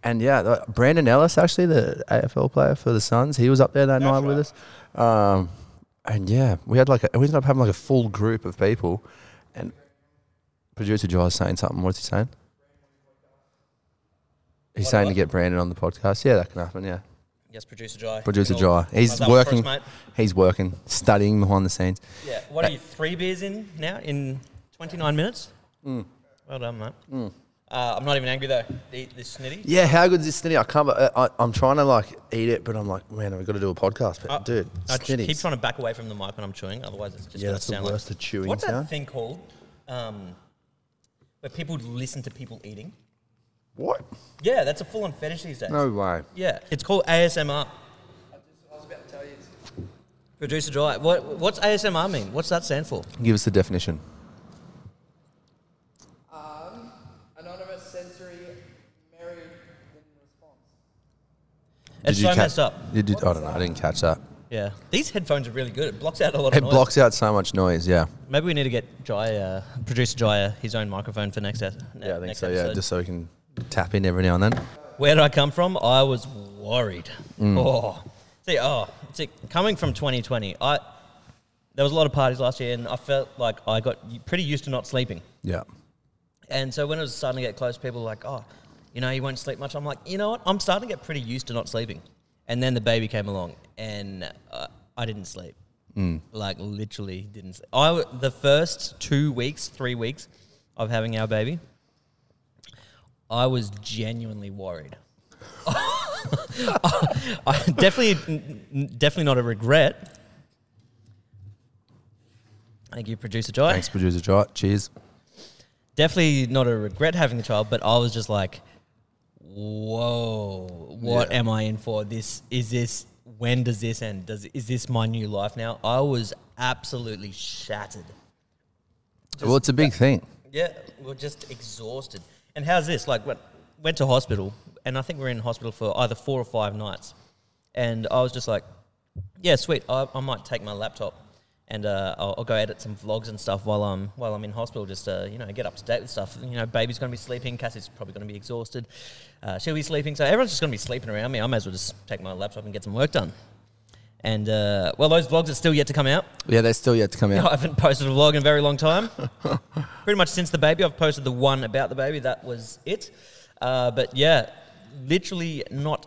Speaker 2: And yeah, the- Brandon Ellis, actually, the AFL player for the Suns, he was up there that night with us. Um, and yeah, we had like, a, we ended up having like a full group of people. And producer Joe was saying something. What's he saying? He's saying to get Brandon on the podcast. Yeah, that can happen. Yeah,
Speaker 1: yes, producer Jai.
Speaker 2: producer
Speaker 1: Good old-
Speaker 2: Jai. He's
Speaker 1: Love that one for us,
Speaker 2: working.
Speaker 1: mate.
Speaker 2: he's working, studying behind the scenes.
Speaker 1: Yeah. What are you? Three beers in now in 29 minutes.
Speaker 2: Mm.
Speaker 1: Well done, mate. Uh, I'm not even angry though. The, the snitty.
Speaker 2: Yeah, how good is this snitty? I can't. I, I, I'm trying to like eat it, but I'm like, man, I've got to do a podcast. But
Speaker 1: Uh,
Speaker 2: dude,
Speaker 1: I ch-
Speaker 2: snitty.
Speaker 1: keep trying to back away from the mic when I'm chewing, otherwise it's just
Speaker 2: yeah,
Speaker 1: gonna
Speaker 2: that's the
Speaker 1: sound like-
Speaker 2: worst. the chewing
Speaker 1: What's
Speaker 2: sound.
Speaker 1: that thing called? Um, where people listen to people eating.
Speaker 2: What?
Speaker 1: Yeah, that's a full-on fetish these days.
Speaker 2: No way.
Speaker 1: Yeah, it's called ASMR. Producer Dry. What, what's ASMR mean? What's that stand for?
Speaker 2: Give us the definition.
Speaker 3: Anonymous sensory married in response.
Speaker 1: It's so messed up.
Speaker 2: Did you, I don't know. I didn't catch that.
Speaker 1: Yeah. These headphones are really good. It blocks out a lot of
Speaker 2: It
Speaker 1: noise.
Speaker 2: blocks out so much noise. Yeah.
Speaker 1: Maybe we need to get Jai, uh, producer Jai, uh, his own microphone for next, ep- ne-
Speaker 2: Yeah, I think
Speaker 1: next
Speaker 2: so.
Speaker 1: episode.
Speaker 2: Yeah, just so we can tap in every now and then.
Speaker 1: Where did I come from? I was worried.
Speaker 2: Mm.
Speaker 1: Oh, see, oh, see, coming from 2020, I there was a lot of parties last year, and I felt like I got y- pretty used to not sleeping.
Speaker 2: Yeah.
Speaker 1: And so when it was starting to get close, people were like, "Oh, you know, you won't sleep much." I'm like, you know what? I'm starting to get pretty used to not sleeping. And then the baby came along, and uh, I didn't sleep. Like literally didn't. Sleep. I w- the first two weeks, three weeks of having our baby, I was genuinely worried. [laughs] I definitely, n- n- definitely not a regret. Thank you, producer Joy
Speaker 2: Thanks, producer Jot. Cheers.
Speaker 1: definitely not a regret having the child, but I was just like, whoa, what
Speaker 2: Yeah.
Speaker 1: am I in for? This is this. When does this end? Does is this my new life now? I was absolutely shattered.
Speaker 2: well, it's a big thing.
Speaker 1: Yeah, we are just exhausted. And how's this? Like, went, went to hospital, and I think we are in hospital for either four or five nights. And I was just like, yeah, sweet. I, I might take my laptop and uh, I'll, I'll go edit some vlogs and stuff while I'm while I'm in hospital. Just uh, you know, get up to date with stuff. You know, baby's gonna be sleeping. Cassie's probably gonna be exhausted. Uh, she'll be sleeping. So everyone's just gonna be sleeping around me. I may as well just take my laptop and get some work done. And uh, well, those vlogs are still yet to come out.
Speaker 2: Yeah, they're still yet to come
Speaker 1: I [laughs]
Speaker 2: out.
Speaker 1: haven't posted a vlog in a very long time. [laughs] Pretty much since the baby, I've posted the one about the baby. That was it. Uh, but yeah, literally not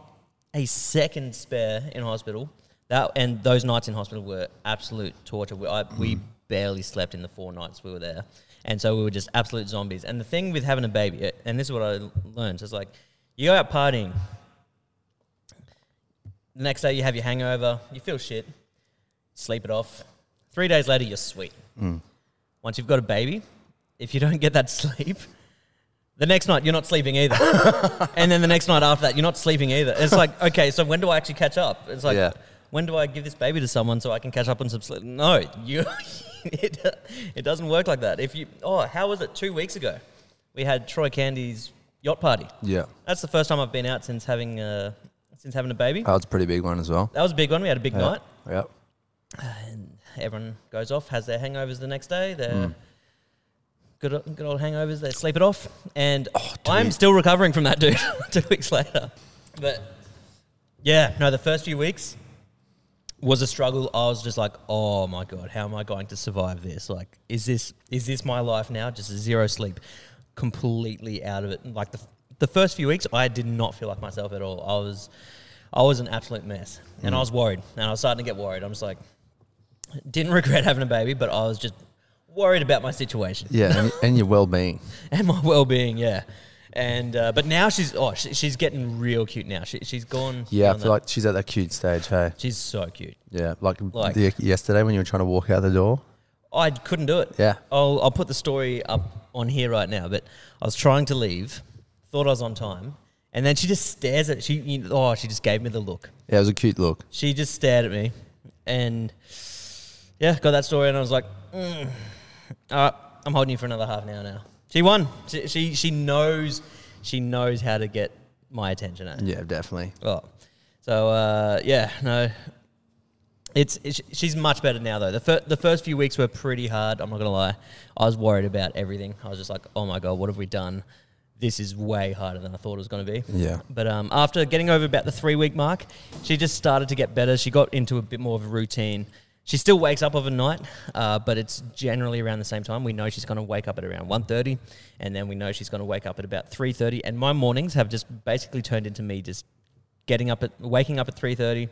Speaker 1: a second spare in hospital. That and those nights in hospital were absolute torture. We, I, we barely slept in the four nights we were there, and so we were just absolute zombies. And the thing with having a baby, uh, and this is what I learned, is like you go out partying. The next day you have your hangover, you feel shit, sleep it off. Three days later, you're sweet. Once you've got a baby, if you don't get that sleep, the next night you're not sleeping
Speaker 2: [laughs]
Speaker 1: either. and then the next night after that, you're not sleeping either. It's like, okay, so when do I actually catch up? It's like,
Speaker 2: Yeah.
Speaker 1: when do I give this baby to someone so I can catch up on some sleep? No, you, [laughs] it, it doesn't work like that. If you, oh, how was it two weeks ago? We had Troy Candy's yacht party.
Speaker 2: Yeah.
Speaker 1: That's the first time I've been out since having, uh, since having a baby.
Speaker 2: That was a pretty big one as well.
Speaker 1: That was a big one. We had a big night.
Speaker 2: Uh. Yeah.
Speaker 1: and everyone goes off, has their hangovers the next day. Their good, o- good old hangovers. They sleep it off, and I'm
Speaker 2: dude.
Speaker 1: still recovering from that, dude. [laughs] two weeks later, but yeah, no, the first few weeks was a struggle. I was just like, oh my god, how am I going to survive this? Like, is this is this my life now? Just zero sleep, completely out of it. And, Like the the first few weeks, I did not feel like myself at all. I was I was an absolute mess, and I was worried, and I was starting to get worried. I'm just like, didn't [laughs] regret having a baby, but I was just worried about my situation [laughs]
Speaker 2: Yeah. And, and your well being.
Speaker 1: and my well being. Yeah, And uh, but now she's oh she, she's getting real cute now. She, she's gone.
Speaker 2: Yeah, I
Speaker 1: beyond
Speaker 2: feel
Speaker 1: that.
Speaker 2: like she's at that cute stage, hey?
Speaker 1: she's so cute.
Speaker 2: Yeah, like,
Speaker 1: Like-
Speaker 2: the, yesterday when you were trying to walk out the door.
Speaker 1: I couldn't do it.
Speaker 2: Yeah.
Speaker 1: I'll, I'll put the story up on here right now, but I was trying to leave, thought I was on time, and then she just stares at she. You, oh, she just gave me the look.
Speaker 2: Yeah, it was a cute look.
Speaker 1: She just stared at me, and yeah, got that story, and I was like, mm, all right, I'm holding you for another half an hour now. She won. She she, she knows she knows how to get my attention. eh?
Speaker 2: Yeah, definitely.
Speaker 1: Oh, so uh, yeah, no. It's, it's she's much better now though. The fir- the first few weeks were pretty hard. I'm not gonna lie. I was worried about everything. I was just like, oh my god, what have we done? This is way harder than I thought it was gonna be.
Speaker 2: Yeah.
Speaker 1: But um, after getting over about the three week mark, she just started to get better. She got into a bit more of a routine. She still wakes up overnight, uh, but it's generally around the same time. We know she's going to wake up at around 1.30, and then we know she's going to wake up at about 3.30. And my mornings have just basically turned into me just getting up at waking up at 3.30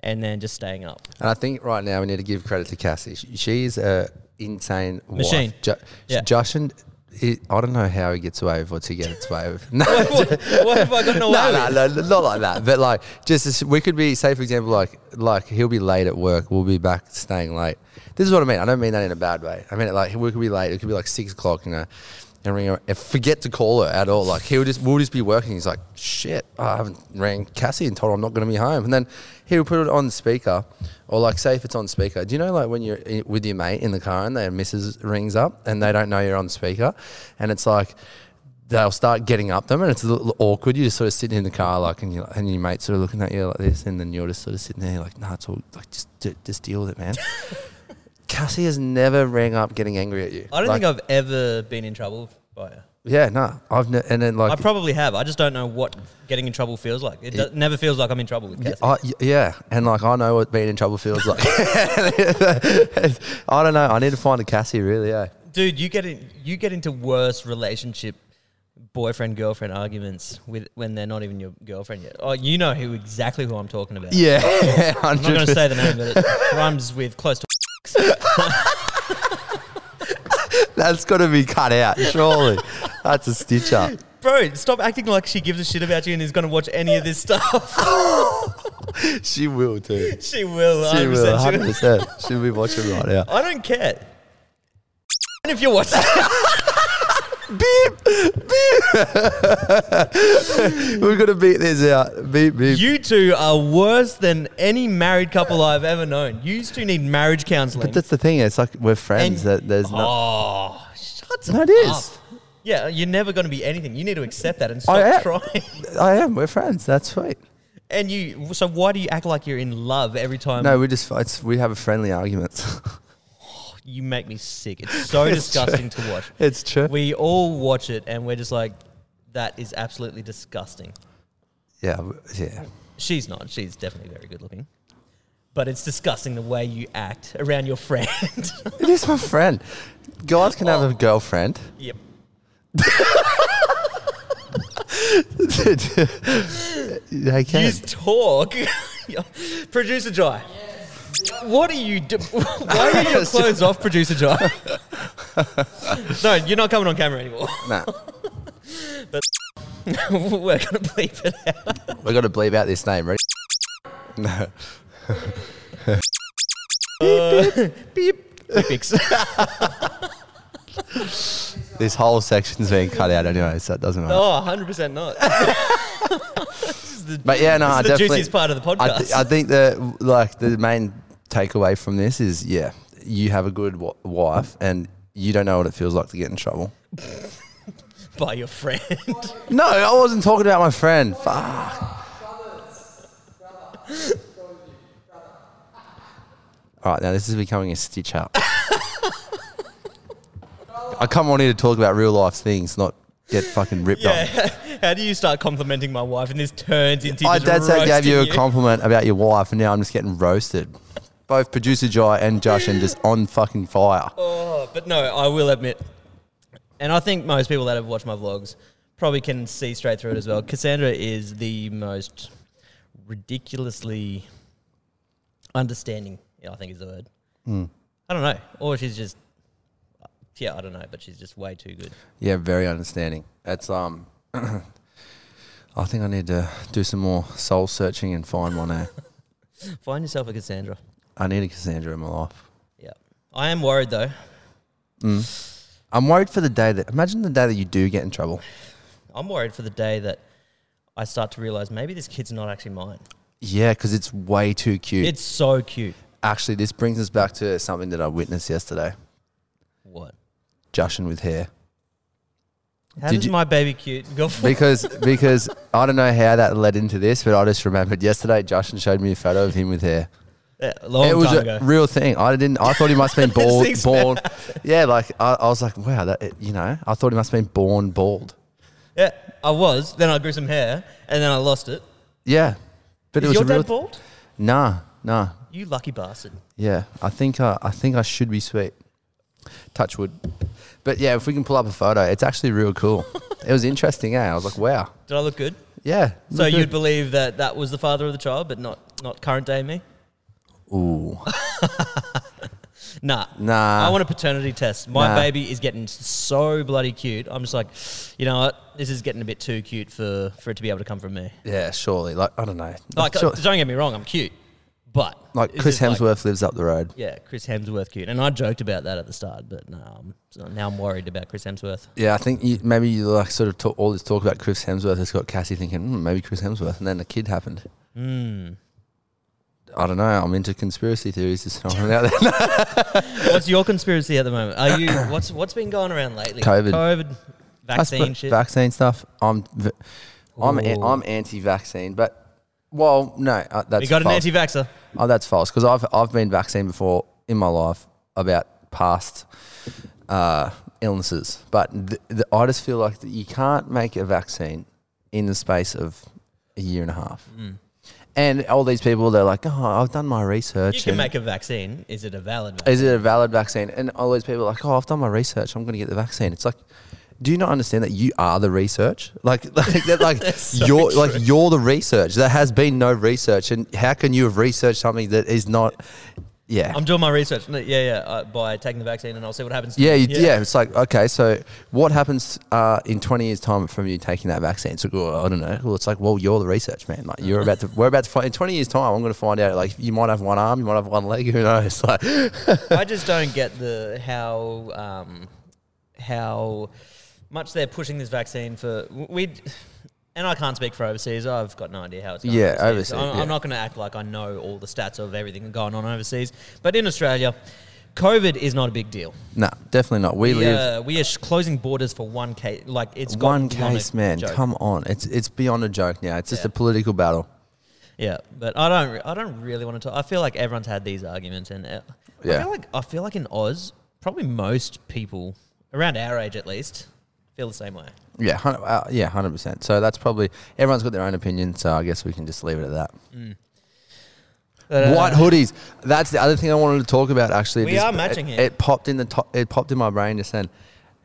Speaker 1: and then just staying up.
Speaker 2: And I think right now we need to give credit to Cassie. Sh- She's a insane wife.
Speaker 1: Machine.
Speaker 2: Ju-
Speaker 1: Yeah.
Speaker 2: Justin, he- I don't know how he gets away with what he gets
Speaker 1: [laughs]
Speaker 2: away with. [laughs]
Speaker 1: [laughs]
Speaker 2: No,
Speaker 1: what, what have I [laughs] gotten away
Speaker 2: [laughs] no,
Speaker 1: with?
Speaker 2: no, no, not like that. But like, just as, we could be, say for example, like, like he'll be late at work. We'll be back staying late. This is what I mean. I don't mean that in a bad way. I mean it like we could be late. It could be like six o'clock, you know. And ring her and forget to call her at all. Like he'll just we'll just be working. He's like, shit, I haven't rang Cassie and told her I'm not going to be home. And then he'll put it on speaker, or like say if it's on speaker. Do you know like when you're i- with your mate in the car and their missus rings up and they don't know you're on speaker, and it's like they'll start getting up them and it's a little awkward. You're just sort of sitting in the car like and you and your mate's sort of looking at you like this and then you're just sort of sitting there like, nah, it's all like just d- just deal with
Speaker 1: [laughs]
Speaker 2: it, man. Cassie has never rang up getting angry at you.
Speaker 1: I don't
Speaker 2: Like,
Speaker 1: think I've ever been in trouble by her.
Speaker 2: Yeah, no. I've ne- and then
Speaker 1: I
Speaker 2: like
Speaker 1: probably have. I just don't know what getting in trouble feels like. It, do- never feels like I'm in trouble with Cassie.
Speaker 2: I, y- yeah, and like I know what being in trouble feels like. [laughs] I don't know. I need to find a Cassie, really. eh? Yeah,
Speaker 1: Dude, you get in, you get into worse relationship boyfriend girlfriend arguments with when they're not even your girlfriend yet. Oh, you know who exactly who I'm talking about.
Speaker 2: yeah.
Speaker 1: I'm not going to say the name, but it rhymes with close to. [laughs]
Speaker 2: That's got to be cut out. Surely, that's a stitch up.
Speaker 1: Bro, stop acting like she gives a shit about you and is going to watch any of this stuff. [laughs]
Speaker 2: She will too.
Speaker 1: she will.
Speaker 2: She
Speaker 1: 100%
Speaker 2: will.
Speaker 1: she
Speaker 2: Hundred
Speaker 1: will.
Speaker 2: percent. She'll be watching right now.
Speaker 1: I don't care. And if you're watching, [laughs]
Speaker 2: beep, beep. We're gonna beat this out. Beep, beep.
Speaker 1: you two are worse than any married couple I've ever known. You two need marriage counseling.
Speaker 2: That's the thing. It's like we're friends.
Speaker 1: And-
Speaker 2: that there's no.
Speaker 1: Oh, shut
Speaker 2: No, it
Speaker 1: up.
Speaker 2: is.
Speaker 1: Yeah, you're never going to be anything. You need to accept that and
Speaker 2: I
Speaker 1: stop
Speaker 2: am.
Speaker 1: trying. [laughs]
Speaker 2: I am. We're friends. That's sweet.
Speaker 1: And you, so why do you act like you're in love every time?
Speaker 2: No, we just it's, we have a friendly argument. [laughs]
Speaker 1: You make me sick. It's so disgusting to watch.
Speaker 2: it's true.
Speaker 1: We all watch it and we're just like, that is absolutely disgusting.
Speaker 2: yeah, w- yeah.
Speaker 1: She's not. She's definitely very good looking. But it's disgusting the way you act around your friend. [laughs]
Speaker 2: It is my friend. Guys can have a girlfriend. [laughs]
Speaker 1: yep.
Speaker 2: they can.
Speaker 1: You talk. [laughs] Producer Jai. What are you do- [laughs] Why are
Speaker 2: [laughs]
Speaker 1: your clothes off, Producer Jai? [laughs] no, you're not coming on camera anymore. [laughs]
Speaker 2: Nah,
Speaker 1: We're going to bleep it out.
Speaker 2: we're gonna bleep out this name. Ready? [laughs] No.
Speaker 1: Beep. Beepics.
Speaker 2: This whole section's being cut out anyway, so it doesn't matter.
Speaker 1: [laughs] oh, 100% not. This is the-
Speaker 2: But yeah, no,
Speaker 1: this is
Speaker 2: I
Speaker 1: the
Speaker 2: definitely.
Speaker 1: juiciest part of the
Speaker 2: I, th-
Speaker 1: podcast.
Speaker 2: I think the like the main takeaway from this is yeah, you have a good w- wife and you don't know what it feels like to get in trouble.
Speaker 1: by your friend.
Speaker 2: No, I wasn't talking about my friend. Fuck. All right, now this is becoming a stitch up. [laughs] I come on here to talk about real life things, not get fucking ripped up.
Speaker 1: Yeah. [laughs] How do you start complimenting my wife and this turns into
Speaker 2: I
Speaker 1: just
Speaker 2: dad said I gave
Speaker 1: roasting
Speaker 2: you a compliment about your wife, and now I'm just getting roasted. Both producer Jai and Josh and just on fucking fire.
Speaker 1: Oh, but no, I will admit, and I think most people that have watched my vlogs probably can see straight through it as well. Cassandra is the most ridiculously understanding. yeah, I think is the word.
Speaker 2: Hmm.
Speaker 1: I don't know, or she's just yeah, I don't know, but she's just way too good.
Speaker 2: Yeah, very understanding. That's um, [clears throat] I think I need to do some more soul searching and find one. Eh?
Speaker 1: Find yourself a Cassandra.
Speaker 2: I need a Cassandra in my life.
Speaker 1: Yeah. I am worried though.
Speaker 2: I'm worried for the day that imagine the day that you do get in trouble.
Speaker 1: I'm worried for the day that I start to realize maybe this kid's not actually mine.
Speaker 2: Yeah, because it's way too cute.
Speaker 1: It's so cute.
Speaker 2: Actually, this brings us back to something that I witnessed yesterday.
Speaker 1: What?
Speaker 2: Justin with hair.
Speaker 1: How
Speaker 2: Did
Speaker 1: does
Speaker 2: you-
Speaker 1: my baby cute go for [laughs]
Speaker 2: Because because I don't know how that led into this, but I just remembered yesterday Justin showed me a photo of him with hair.
Speaker 1: Yeah, long
Speaker 2: it was
Speaker 1: time
Speaker 2: a
Speaker 1: ago?
Speaker 2: real thing. I didn't. I thought he must have been
Speaker 1: [laughs]
Speaker 2: bald.
Speaker 1: thing's
Speaker 2: born. Yeah, like I, I was like, wow, that it- you know, I thought he must have been born bald.
Speaker 1: yeah, I was. Then I grew some hair, and then I lost it.
Speaker 2: Yeah, but
Speaker 1: Is
Speaker 2: it was
Speaker 1: your
Speaker 2: a real.
Speaker 1: dad bald?
Speaker 2: Nah, nah.
Speaker 1: You lucky bastard.
Speaker 2: Yeah, I think uh, I think I should be sweet. Touch wood. But yeah, if we can pull up a photo, it's actually
Speaker 1: [laughs]
Speaker 2: real cool. it was interesting, eh? I was like, wow.
Speaker 1: Did I look good?
Speaker 2: Yeah.
Speaker 1: So
Speaker 2: look
Speaker 1: you'd
Speaker 2: good.
Speaker 1: believe that that was the father of the child, but not not current day me.
Speaker 2: Ooh.
Speaker 1: Nah,
Speaker 2: Nah.
Speaker 1: I want a paternity test. My
Speaker 2: Nah.
Speaker 1: baby is getting so bloody cute. I'm just like, you know what? This is getting a bit too cute for for it to be able to come from me.
Speaker 2: Yeah, surely. Like I don't know.
Speaker 1: Like,
Speaker 2: Like, sure-
Speaker 1: uh, don't get me wrong, I'm cute, but
Speaker 2: like
Speaker 1: it's
Speaker 2: Chris
Speaker 1: just like-
Speaker 2: Hemsworth lives up the road.
Speaker 1: yeah, Chris Hemsworth cute, and I joked about that at the start, but no, I'm, so now I'm worried about Chris Hemsworth.
Speaker 2: Yeah, I think you, maybe you like sort of talk, all this talk about Chris Hemsworth has got Cassie thinking hmm, maybe Chris Hemsworth, and then the kid happened.
Speaker 1: Hmm.
Speaker 2: I don't know. I'm into conspiracy theories. Just throwing it out there.
Speaker 1: What's your conspiracy at the moment? Are
Speaker 2: [coughs]
Speaker 1: you what's what's been going around lately?
Speaker 2: COVID.
Speaker 1: COVID, vaccine
Speaker 2: That's-
Speaker 1: shit.
Speaker 2: Vaccine stuff. I'm, v- I'm, a-
Speaker 1: Ooh.
Speaker 2: I'm anti-vaccine, but well, no, uh, that's
Speaker 1: we got an
Speaker 2: false.
Speaker 1: anti-vaxxer.
Speaker 2: oh, that's false because I've I've been vaccinated before in my life about past uh, illnesses, but th- th- I just feel like that you can't make a vaccine in the space of a year and a half.
Speaker 1: Mm.
Speaker 2: And all these people, they're like, "Oh, I've done my research."
Speaker 1: You can
Speaker 2: and-
Speaker 1: make a vaccine. Is it a valid vaccine?
Speaker 2: is it a valid vaccine? And all these people are like, oh, I've done my research. I'm going to get the vaccine. It's like, do you not understand that you are the research? Like, [laughs] like,
Speaker 1: [laughs]
Speaker 2: that, like
Speaker 1: so
Speaker 2: you're
Speaker 1: true.
Speaker 2: like you're the research. There has been no research, and how can you have researched something that is not? Yeah,
Speaker 1: I'm doing my research. No, Yeah, yeah. Uh, by taking the vaccine, and I'll see what happens. to
Speaker 2: yeah,
Speaker 1: me.
Speaker 2: you, yeah, It's like, okay, so what happens uh, in 20 years' time from you taking that vaccine? So well, I don't know. Well, it's like, well, you're the research man. Like, you're about to, we're about to find in 20 years' time. I'm going to find out. Like, you might have one arm, you might have one leg. Who knows? [laughs] Like,
Speaker 1: I just don't get the how um, how much they're pushing this vaccine for. We and I can't speak for overseas. I've got no idea how it's going.
Speaker 2: Yeah, overseas,
Speaker 1: I'm,
Speaker 2: yeah.
Speaker 1: I'm not going to act like I know all the stats of everything going on overseas. But in Australia, COVID is not a big deal.
Speaker 2: no, definitely not. We
Speaker 1: We,
Speaker 2: live.
Speaker 1: uh, we are sh- closing borders for one case. Like it's
Speaker 2: one
Speaker 1: gotten beyond a
Speaker 2: case, man.
Speaker 1: joke.
Speaker 2: Come on, it's it's beyond a joke now. It's just
Speaker 1: Yeah.
Speaker 2: a political battle.
Speaker 1: Yeah, but I don't. Re- I don't really want to talk. I feel like everyone's had these arguments, and uh, I
Speaker 2: Yeah.
Speaker 1: feel like I feel like in Oz, probably most people around our age, at least, feel the same way.
Speaker 2: Yeah, hun- uh, yeah, hundred percent. So that's probably everyone's got their own opinion. So I guess we can just leave it at that.
Speaker 1: But, uh,
Speaker 2: White hoodies. That's the other thing I wanted to talk about. Actually,
Speaker 1: We
Speaker 2: This-
Speaker 1: are matching
Speaker 2: it,
Speaker 1: here.
Speaker 2: It popped in the top. It popped in my brain just then.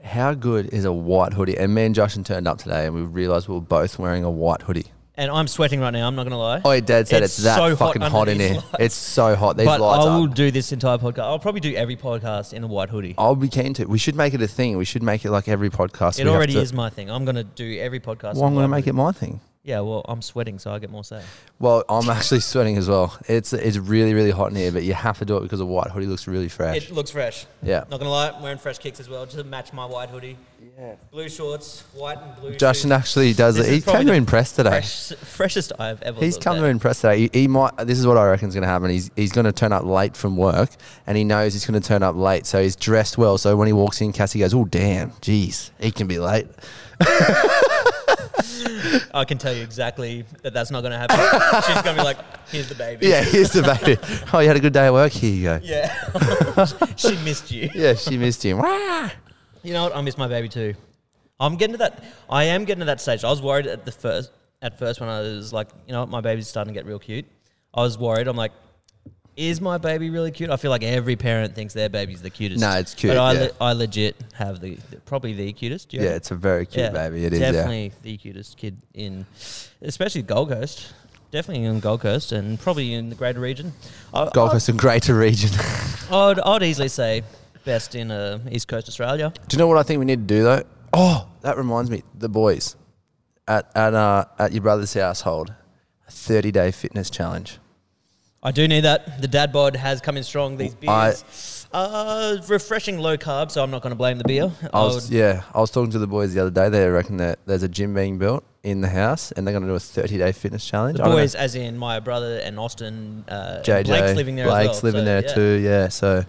Speaker 2: How good is a white hoodie? And me and Justin turned up today, and we realized we were both wearing a white hoodie.
Speaker 1: and I'm sweating right now. I'm not gonna lie.
Speaker 2: Oh, Dad said
Speaker 1: It's
Speaker 2: it's, that
Speaker 1: so hot
Speaker 2: fucking
Speaker 1: under
Speaker 2: hot, in
Speaker 1: these
Speaker 2: here.
Speaker 1: [laughs] lights.
Speaker 2: It's so hot. These
Speaker 1: but
Speaker 2: lights
Speaker 1: I will
Speaker 2: are.
Speaker 1: do this entire podcast. I'll probably do every podcast in a white hoodie.
Speaker 2: I'll be keen to. We should make it a thing. We should make it like every podcast.
Speaker 1: it
Speaker 2: we have
Speaker 1: already
Speaker 2: to-
Speaker 1: is my thing. I'm gonna do every podcast.
Speaker 2: Well, I'm going to make it my thing.
Speaker 1: Yeah, well, I'm sweating, so I get more say.
Speaker 2: Well, I'm [laughs] actually sweating as well. It's it's really really hot in here, but you have to do it because a white hoodie looks really fresh.
Speaker 1: It looks fresh.
Speaker 2: Yeah.
Speaker 1: Not gonna lie, I'm wearing fresh kicks as well, just to match my white hoodie. Yeah. Blue shorts, white and blue.
Speaker 2: Justin
Speaker 1: shoes.
Speaker 2: actually does
Speaker 1: This
Speaker 2: it.
Speaker 1: is
Speaker 2: He
Speaker 1: probably
Speaker 2: came to
Speaker 1: the
Speaker 2: impress today.
Speaker 1: Fresh, freshest I've ever.
Speaker 2: He's
Speaker 1: looked
Speaker 2: come
Speaker 1: at.
Speaker 2: to impress today. He, he might. This is what I reckon is going to happen. He's he's going to turn up late from work, and he knows he's going to turn up late, so he's dressed well. So when he walks in, Cassie goes, "Oh damn, jeez, he can
Speaker 1: [laughs]
Speaker 2: be late."
Speaker 1: I can tell you exactly that that's not going to
Speaker 2: [laughs]
Speaker 1: happen. She's going to be like, "Here's the baby."
Speaker 2: Yeah, here's the baby. Oh, you had a good day at work. Here you go. Yeah,
Speaker 1: Yeah. [laughs] she missed you.
Speaker 2: she missed
Speaker 1: [laughs]
Speaker 2: him. Wah!
Speaker 1: You know what? I miss my baby too. I'm getting to that. I am getting to that stage. I was worried at the first. At first, when I was like, you know, what, my baby's starting to get real cute. I was worried. I'm like, is my baby really cute? I feel like every parent thinks their baby's the cutest.
Speaker 2: No, it's cute,
Speaker 1: But I,
Speaker 2: yeah.
Speaker 1: le- I legit have the, the- probably the cutest. Do you
Speaker 2: Yeah,
Speaker 1: reckon?
Speaker 2: it's a very cute baby. It is. Yeah.
Speaker 1: definitely the cutest kid in, especially Gold Coast. Definitely in Gold Coast and probably in the greater region. I,
Speaker 2: Gold Coast and Greater Region. [laughs] do
Speaker 1: I'd, I'd easily say best in uh, East Coast Australia.
Speaker 2: you know what I think we need to do though? Oh, that reminds me, the boys. at at uh, at your brother's household, a thirty day fitness challenge.
Speaker 1: I do need that. The dad bod has come in strong. These beers are refreshing low carb, so I'm not going to blame the beer.
Speaker 2: I
Speaker 1: I
Speaker 2: was
Speaker 1: would-
Speaker 2: yeah, I was talking to the boys the other day. They reckon that there's a gym being built in the house, and they're going to do a thirty day fitness challenge.
Speaker 1: the
Speaker 2: I don't know.
Speaker 1: boys, as in my brother and Austin, uh,
Speaker 2: JJ,
Speaker 1: Blake's living there. as
Speaker 2: Blake's
Speaker 1: well,
Speaker 2: living
Speaker 1: so,
Speaker 2: there
Speaker 1: yeah.
Speaker 2: too. Yeah, so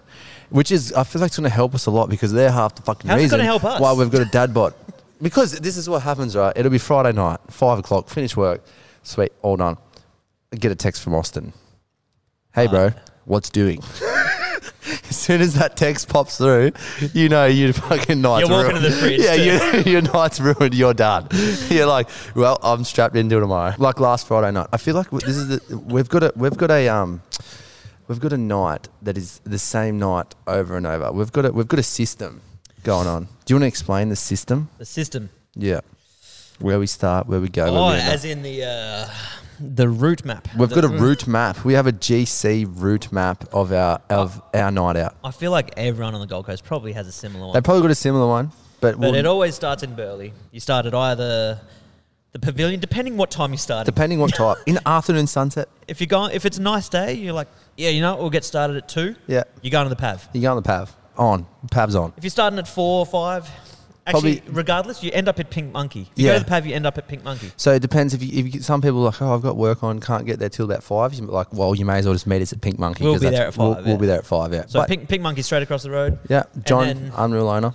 Speaker 2: which is I feel like it's going to help us a lot because they're half the fucking
Speaker 1: How's it
Speaker 2: reason
Speaker 1: gonna help us?
Speaker 2: why we've got a dad bot. [laughs] because this is what happens, right? It'll be Friday night, five o'clock, finish work, sweet, all done. I get a text from Austin. Hey, bro,
Speaker 1: Uh,
Speaker 2: what's doing? [laughs] As soon as that text pops through, you know you fucking night's
Speaker 1: You're walking
Speaker 2: ruined.
Speaker 1: to the fridge
Speaker 2: [laughs] Yeah,
Speaker 1: too.
Speaker 2: you, your night's ruined. You're done. [laughs] You're like, well, I'm strapped into tomorrow. Like last Friday night, I feel like this is the, we've got a we've got a um we've got a night that is the same night over and over. We've got a, we've got a system going on. Do you want to explain the system?
Speaker 1: The system.
Speaker 2: Yeah, where we start, where we go. where
Speaker 1: Oh,
Speaker 2: we end up.
Speaker 1: as in the uh, the route map.
Speaker 2: We've
Speaker 1: The-
Speaker 2: got a route map. We have a GC route map of our of our night out.
Speaker 1: I feel like everyone on the Gold Coast probably has a similar one.
Speaker 2: They probably got a similar one, but,
Speaker 1: But
Speaker 2: we'll-
Speaker 1: it always starts in Burley. You start at either the pavilion, depending what time you start.
Speaker 2: depending what type.
Speaker 1: [laughs]
Speaker 2: In afternoon sunset,
Speaker 1: if you go, if it's a nice day, you're like, yeah, you know, what, we'll get started at two.
Speaker 2: Yeah.
Speaker 1: you go to the pav.
Speaker 2: you go on the pav. On pav's on.
Speaker 1: If you're starting at four or five, actually,
Speaker 2: Probably-
Speaker 1: regardless, you end up at Pink Monkey. If you go
Speaker 2: Yeah.
Speaker 1: to the pav, you end up at Pink Monkey.
Speaker 2: So it depends if you, if you, some people are like, oh, I've got work on, can't get there till about five. You're like, well, you may as well just meet us at Pink Monkey.
Speaker 1: We'll
Speaker 2: 'cause
Speaker 1: be
Speaker 2: that's-
Speaker 1: there at
Speaker 2: We'll,
Speaker 1: five,
Speaker 2: we'll
Speaker 1: yeah.
Speaker 2: be there at five. Yeah.
Speaker 1: So
Speaker 2: But-
Speaker 1: Pink Pink Monkey straight across the road.
Speaker 2: Yeah, John,
Speaker 1: then-
Speaker 2: unreal owner,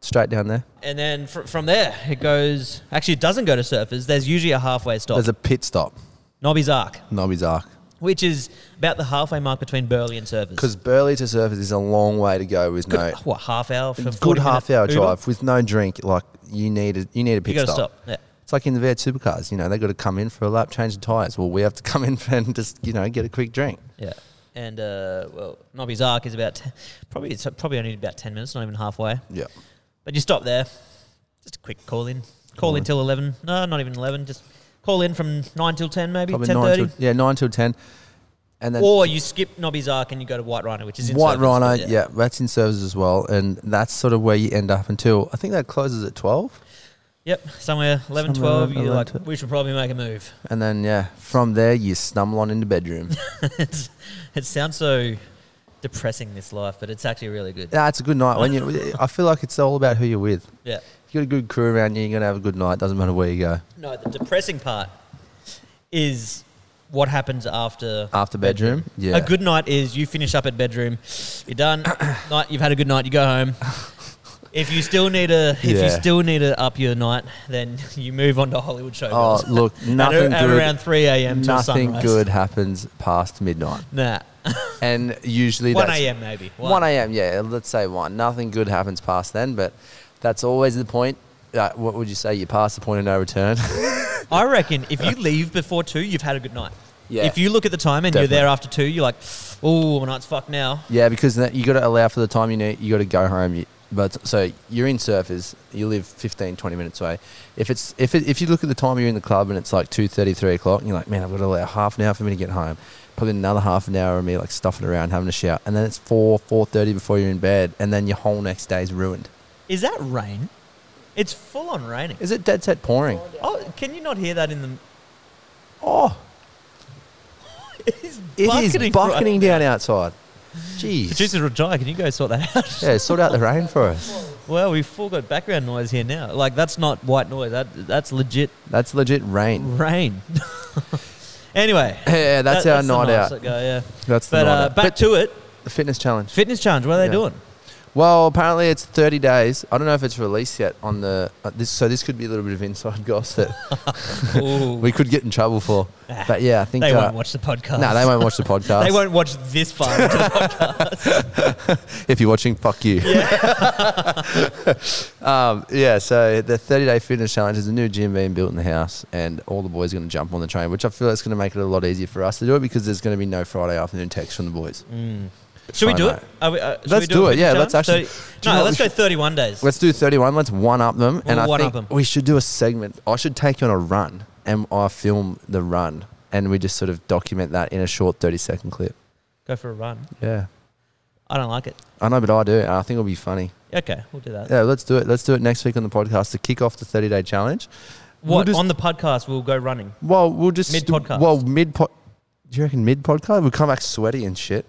Speaker 2: straight down there.
Speaker 1: And then fr- from there, it goes. Actually, it doesn't go to Surfers. There's usually a halfway stop.
Speaker 2: There's a pit stop,
Speaker 1: Nobby's Arc,
Speaker 2: Nobby's Arc.
Speaker 1: which is about the halfway mark between Burley and Surfers.
Speaker 2: Because Burley to surface is a long way to go with no
Speaker 1: what half hour? For
Speaker 2: good
Speaker 1: 40 minute
Speaker 2: half hour
Speaker 1: Uber?
Speaker 2: drive with no drink. Like you need a you need a
Speaker 1: You
Speaker 2: pit
Speaker 1: got to
Speaker 2: stop.
Speaker 1: stop. Yeah.
Speaker 2: It's like in the V8 supercars, you know, they got to come in for a lap, change the tires. Well, we have to [laughs] come in and just you know get a quick drink.
Speaker 1: Yeah. And uh, well, Nobby's Arc is about t- probably it's probably only about ten minutes, not even halfway.
Speaker 2: Yeah.
Speaker 1: But you stop there, just a quick call in, call in till eleven. No, not even eleven. Just call in from nine till ten, maybe
Speaker 2: Probably
Speaker 1: ten
Speaker 2: nine
Speaker 1: thirty.
Speaker 2: till, yeah, nine till ten, and then
Speaker 1: Or you skip Nobby's Arc and you go to White Rhino, which is in
Speaker 2: White
Speaker 1: Surfers,
Speaker 2: Rhino.
Speaker 1: but
Speaker 2: Yeah. that's in service as well, and that's sort of where you end up until I think that closes at twelve,
Speaker 1: Yep, somewhere 11,
Speaker 2: Somewhere
Speaker 1: 12,
Speaker 2: around
Speaker 1: you're
Speaker 2: 11,
Speaker 1: like,
Speaker 2: 12.
Speaker 1: we should probably make a move. [laughs]
Speaker 2: and then yeah, from there you stumble on into bedroom.
Speaker 1: it's, it sounds so depressing, this life, but it's actually really good.
Speaker 2: nah, it's a good night when you. I feel like it's all about who you're with.
Speaker 1: Yeah.
Speaker 2: If you got a good crew around you, you're gonna have a good night. Doesn't matter where you go.
Speaker 1: No, the depressing part is what happens after
Speaker 2: After bedroom, yeah.
Speaker 1: A [laughs] good night is you finish up at bedroom, you're
Speaker 2: [coughs]
Speaker 1: done. night, you've had a good night. You go home. If you still need a, if you
Speaker 2: Yeah.
Speaker 1: still need to up your night, then [laughs] you move on to Hollywood
Speaker 2: Oh
Speaker 1: showgirls.
Speaker 2: look,
Speaker 1: at,
Speaker 2: nothing
Speaker 1: at
Speaker 2: good.
Speaker 1: around three a.m. till
Speaker 2: nothing
Speaker 1: sunrise.
Speaker 2: good happens past midnight,
Speaker 1: Nah,
Speaker 2: and usually
Speaker 1: one
Speaker 2: that's-
Speaker 1: a.m. maybe.
Speaker 2: 1 a.m. Yeah, let's say 1. Nothing good happens past then, but that's always the point. Uh, what would you say? You pass the point of no return. [laughs]
Speaker 1: I reckon if you leave before two, you've had a good night.
Speaker 2: Yeah.
Speaker 1: If you look at the time and
Speaker 2: Definitely.
Speaker 1: you're there after two, you're like, oh, my night's fucked now.
Speaker 2: yeah, because that, you got to allow for the time you need. You got to go home. You, but so you're in surfers. You live 15, 20 minutes away. If it's if it, if you look at the time you're in the club and it's like 2:30, 3 o'clock, and you're like, man, I've got to allow half an hour for me to get home. Probably another half an hour of me like stuffing around, having a shower, and then it's four, four thirty before you're in bed, and then your whole next day is ruined.
Speaker 1: Is that rain? It's full on raining.
Speaker 2: Is it dead set pouring?
Speaker 1: Oh, can you not hear that in the? [laughs]
Speaker 2: Oh,
Speaker 1: It's
Speaker 2: It is bucketing,
Speaker 1: right- [laughs]
Speaker 2: down outside. Jeez.
Speaker 1: Producer Rajai, can you go sort that out?
Speaker 2: Yeah, sort out the rain for us.
Speaker 1: well, we've all got background noise here now. Like that's not white noise. That that's legit
Speaker 2: That's legit rain.
Speaker 1: rain. [laughs] anyway,
Speaker 2: Yeah, that's
Speaker 1: that-
Speaker 2: our
Speaker 1: the
Speaker 2: night
Speaker 1: nice
Speaker 2: out.
Speaker 1: that go, yeah.
Speaker 2: That's the
Speaker 1: But
Speaker 2: night
Speaker 1: uh,
Speaker 2: out.
Speaker 1: back
Speaker 2: But
Speaker 1: to it.
Speaker 2: the fitness challenge.
Speaker 1: Fitness challenge. What are they
Speaker 2: Yeah.
Speaker 1: doing?
Speaker 2: Well, apparently it's 30 days. I don't know if it's released yet on the uh, this. So this could be a little bit of inside [laughs] gossip that
Speaker 1: Ooh.
Speaker 2: [laughs] we could get in trouble for.
Speaker 1: Ah,
Speaker 2: But yeah, I think
Speaker 1: they
Speaker 2: uh,
Speaker 1: won't watch the podcast.
Speaker 2: No, they won't
Speaker 1: [laughs]
Speaker 2: watch the podcast.
Speaker 1: They won't watch this
Speaker 2: [laughs]
Speaker 1: far. [laughs] into the
Speaker 2: If you're watching, fuck you. [laughs] um, yeah, so the 30 day fitness challenge is a new gym being built in the house, and all the boys are going to jump on the train, which I feel that's going to make it a lot easier for us to do it because there's going to be no Friday afternoon text from the boys.
Speaker 1: Should we
Speaker 2: Fine,
Speaker 1: do
Speaker 2: mate.
Speaker 1: it? Are we, uh, should
Speaker 2: Let's
Speaker 1: we
Speaker 2: do
Speaker 1: a
Speaker 2: it,
Speaker 1: fifty
Speaker 2: yeah, let's
Speaker 1: challenge?
Speaker 2: actually- do you know
Speaker 1: no,
Speaker 2: what
Speaker 1: let's
Speaker 2: we
Speaker 1: go 31 days.
Speaker 2: Let's do 31. Let's one up them, and
Speaker 1: We'll
Speaker 2: I
Speaker 1: one-up
Speaker 2: think
Speaker 1: them.
Speaker 2: we should do a segment. I should take you on a run, and I film the run, and we just sort of document that in a short 30 second clip.
Speaker 1: go for a run.
Speaker 2: Yeah.
Speaker 1: I don't like it.
Speaker 2: I know, but I do. and I think it'll be funny.
Speaker 1: Okay, we'll do that.
Speaker 2: Yeah, let's do it. Let's do it next week on the podcast to kick off the 30 day challenge.
Speaker 1: What
Speaker 2: just-
Speaker 1: on the podcast we'll go running.
Speaker 2: Well, we'll just
Speaker 1: Mid-podcast.
Speaker 2: Well, mid pod. Do you reckon mid podcast? We'll come back sweaty and shit.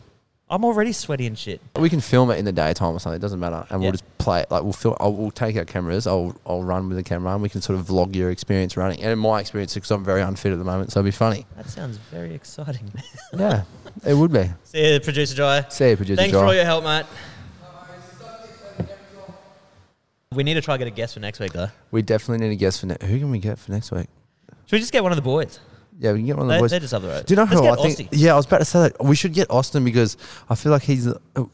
Speaker 1: I'm already sweaty and shit.
Speaker 2: We can film it in the daytime or something. It doesn't matter, and
Speaker 1: Yeah.
Speaker 2: we'll just play it. Like we'll film. I'll, we'll take our cameras. I'll I'll run with the camera, and we can sort of vlog your experience running and my experience because I'm very unfit at the moment. So it'll
Speaker 1: [laughs]
Speaker 2: be funny.
Speaker 1: That sounds very exciting. [laughs]
Speaker 2: Yeah, it would be.
Speaker 1: See you, producer Jai.
Speaker 2: See you, producer.
Speaker 1: Thanks
Speaker 2: Joel.
Speaker 1: for all your help, mate. We need to try and get a guest for next week, though.
Speaker 2: We definitely need a guest for next. Who can we get for next week?
Speaker 1: Should we just get one of the boys?
Speaker 2: Yeah, we can get one of the
Speaker 1: They,
Speaker 2: boys.
Speaker 1: they're just up the road.
Speaker 2: Do you know
Speaker 1: Let's
Speaker 2: who I
Speaker 1: get
Speaker 2: think?
Speaker 1: Aussie.
Speaker 2: Yeah, I was about to say that we should get Austin because I feel like he's